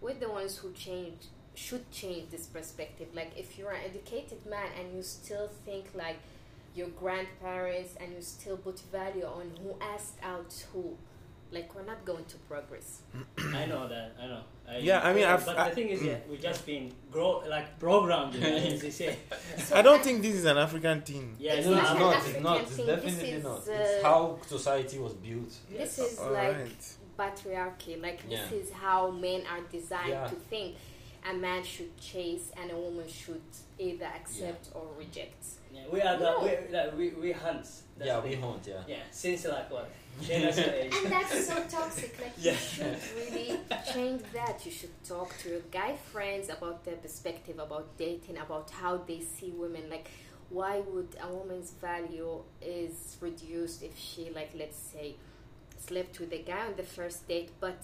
we're the ones who change should change this perspective. Like if you're an educated man and you still think like your grandparents and you still put value on who asked out who, like we're not going to progress.
I know that. I know. I,
Yeah, I mean, I've-
but
I-
the thing is,
[CLEARS THROAT]
yeah, we just been grow like programmed, you know, as they
[LAUGHS]
say.
So
I don't think this is an African thing.
Yeah,
It's
No, it's
not
not.
African
It's not. It's
thing, this
definitely
is,
not.
uh,
It's how society was built.
This
Yes.
is
All
like
right.
patriarchy. Like this
Yeah.
is how men are designed
Yeah.
to think. A man should chase, and a woman should either accept or reject.
[LAUGHS]
Yeah, we are the
No.
we, like, we we hunts. That's
Yeah,
the-
we hunt. Yeah.
Yeah, since like what? Dinosaur
[LAUGHS]
age.
And that's so toxic. Like
Yeah.
you should really change that. You should talk to your guy friends about their perspective about dating, about how they see women. Like why would a woman's value is reduced if she like let's say slept with a guy on the first date, but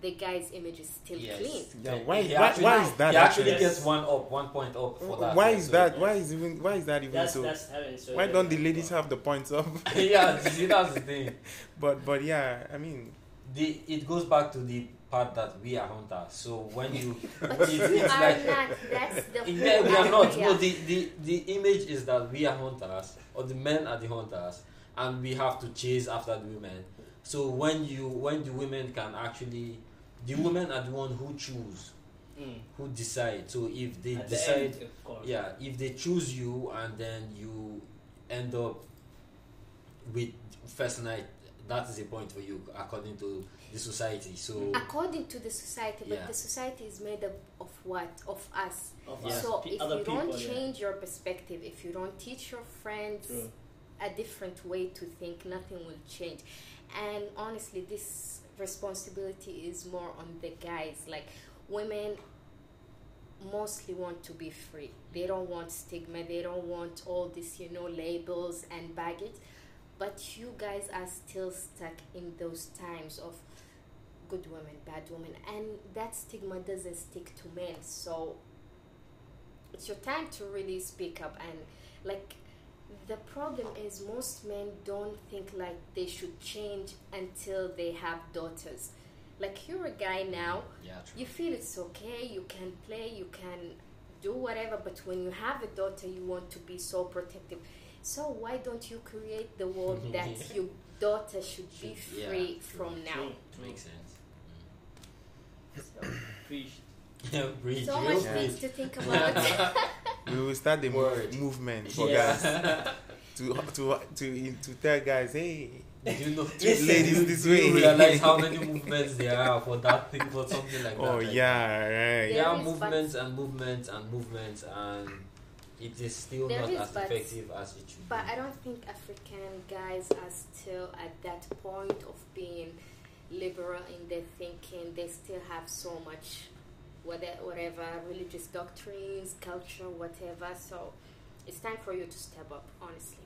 the guy's image is still
Yes.
clean.
Yeah,
He-
why-
he
why-
actually-
why is that
He actually
actually?
gets one up, one point up for that.
Why
yeah,
is
so-
that? Why is even? Why is that even
That's
so?
that's heaven. So
why don't the ladies have the points up?
[LAUGHS]
[LAUGHS]
yeah, you see, that's the thing.
but but yeah, I mean,
The, it goes back to the part that we are hunters. So when
[LAUGHS]
you,
But
it's,
you
it's
are
like
not. That's
[LAUGHS]
the whole
Yeah, we are not.
idea.
No, the, the, the image is that we are hunters, or the men are the hunters, and we have to chase after the women. So when you when the women can actually, the women are the one who choose,
Mm.
who decide. So if they
At the
decide,
end, of course.
yeah, if they choose you and then you end up with first night, that is a point for you according to the society. So
According to the society, but
Yeah.
the society is made up of what? Of us.
Of
Yeah.
us,
So
pe-
if
other
you
people,
don't
yeah.
change your perspective, if you don't teach your friends
True.
a different way to think, nothing will change. And honestly, this responsibility is more on the guys. Like women mostly want to be free. They don't want stigma. They don't want all this, you know, labels and baggage. But you guys are still stuck in those times of good women, bad women, and that stigma doesn't stick to men. So it's your time to really speak up and like the problem is most men don't think like they should change until they have daughters. Like you're a guy now,
yeah, true.
you feel it's okay, you can play, you can do whatever, but when you have a daughter, you want to be so protective. So why don't you create the
[LAUGHS]
world that
Yeah.
your daughter should be
Should- yeah,
free
true,
from now?
True, true.
makes sense. [LAUGHS]
Preach.
Yeah, breathe.
So
you
much
breathe.
things to think about.
[LAUGHS]
we will start the mo-
Word.
movement for
Yeah.
guys to to to to tell guys, hey,
Do [LAUGHS] you know
Listen,
ladies
do-
this
do you
way.
realize how many movements there are for that thing for something like that
oh
like,
yeah, right.
There
there are
is, but-
movements and movements and movements and it is still
There
not
is,
as
but-
effective as it should
But
be
I don't think African guys are still at that point of being liberal in their thinking. They still have so much, whether whatever religious doctrines, culture, whatever. So it's time for you to step up, honestly.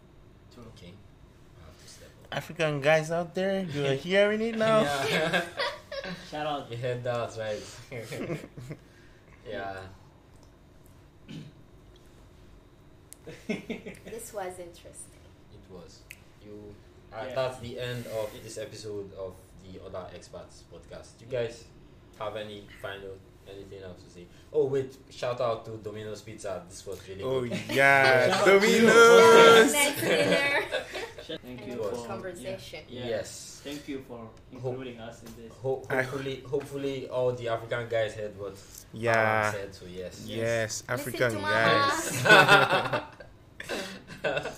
True.
okay I have to step up
African guys out there, you're hearing it now.
[LAUGHS] yeah.
Shout out.
you heard that
[LAUGHS]
right yeah
[LAUGHS]
This was interesting.
it was you uh,
Yeah.
that's the end of this episode of the other experts podcast you guys have any final anything else to say oh wait shout out to domino's pizza this was really
[LAUGHS] Oh
good.
yeah,
Shout out to you.
Domino's.
Nice dinner
Thank
and
you
It
for
was.
good conversation.
Yeah.
yes
Thank you for
Hope-
including us in this.
Ho-
I-
hopefully, hopefully, all the African guys heard what Alan
Yeah.
said. So yes, [LAUGHS]
[LAUGHS]
Yes, African
to
guys.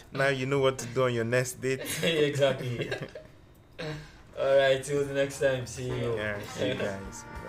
[LAUGHS] now you know what to do on your next date. [LAUGHS]
exactly. all right. Till the next time. See you.
Yeah, see you guys.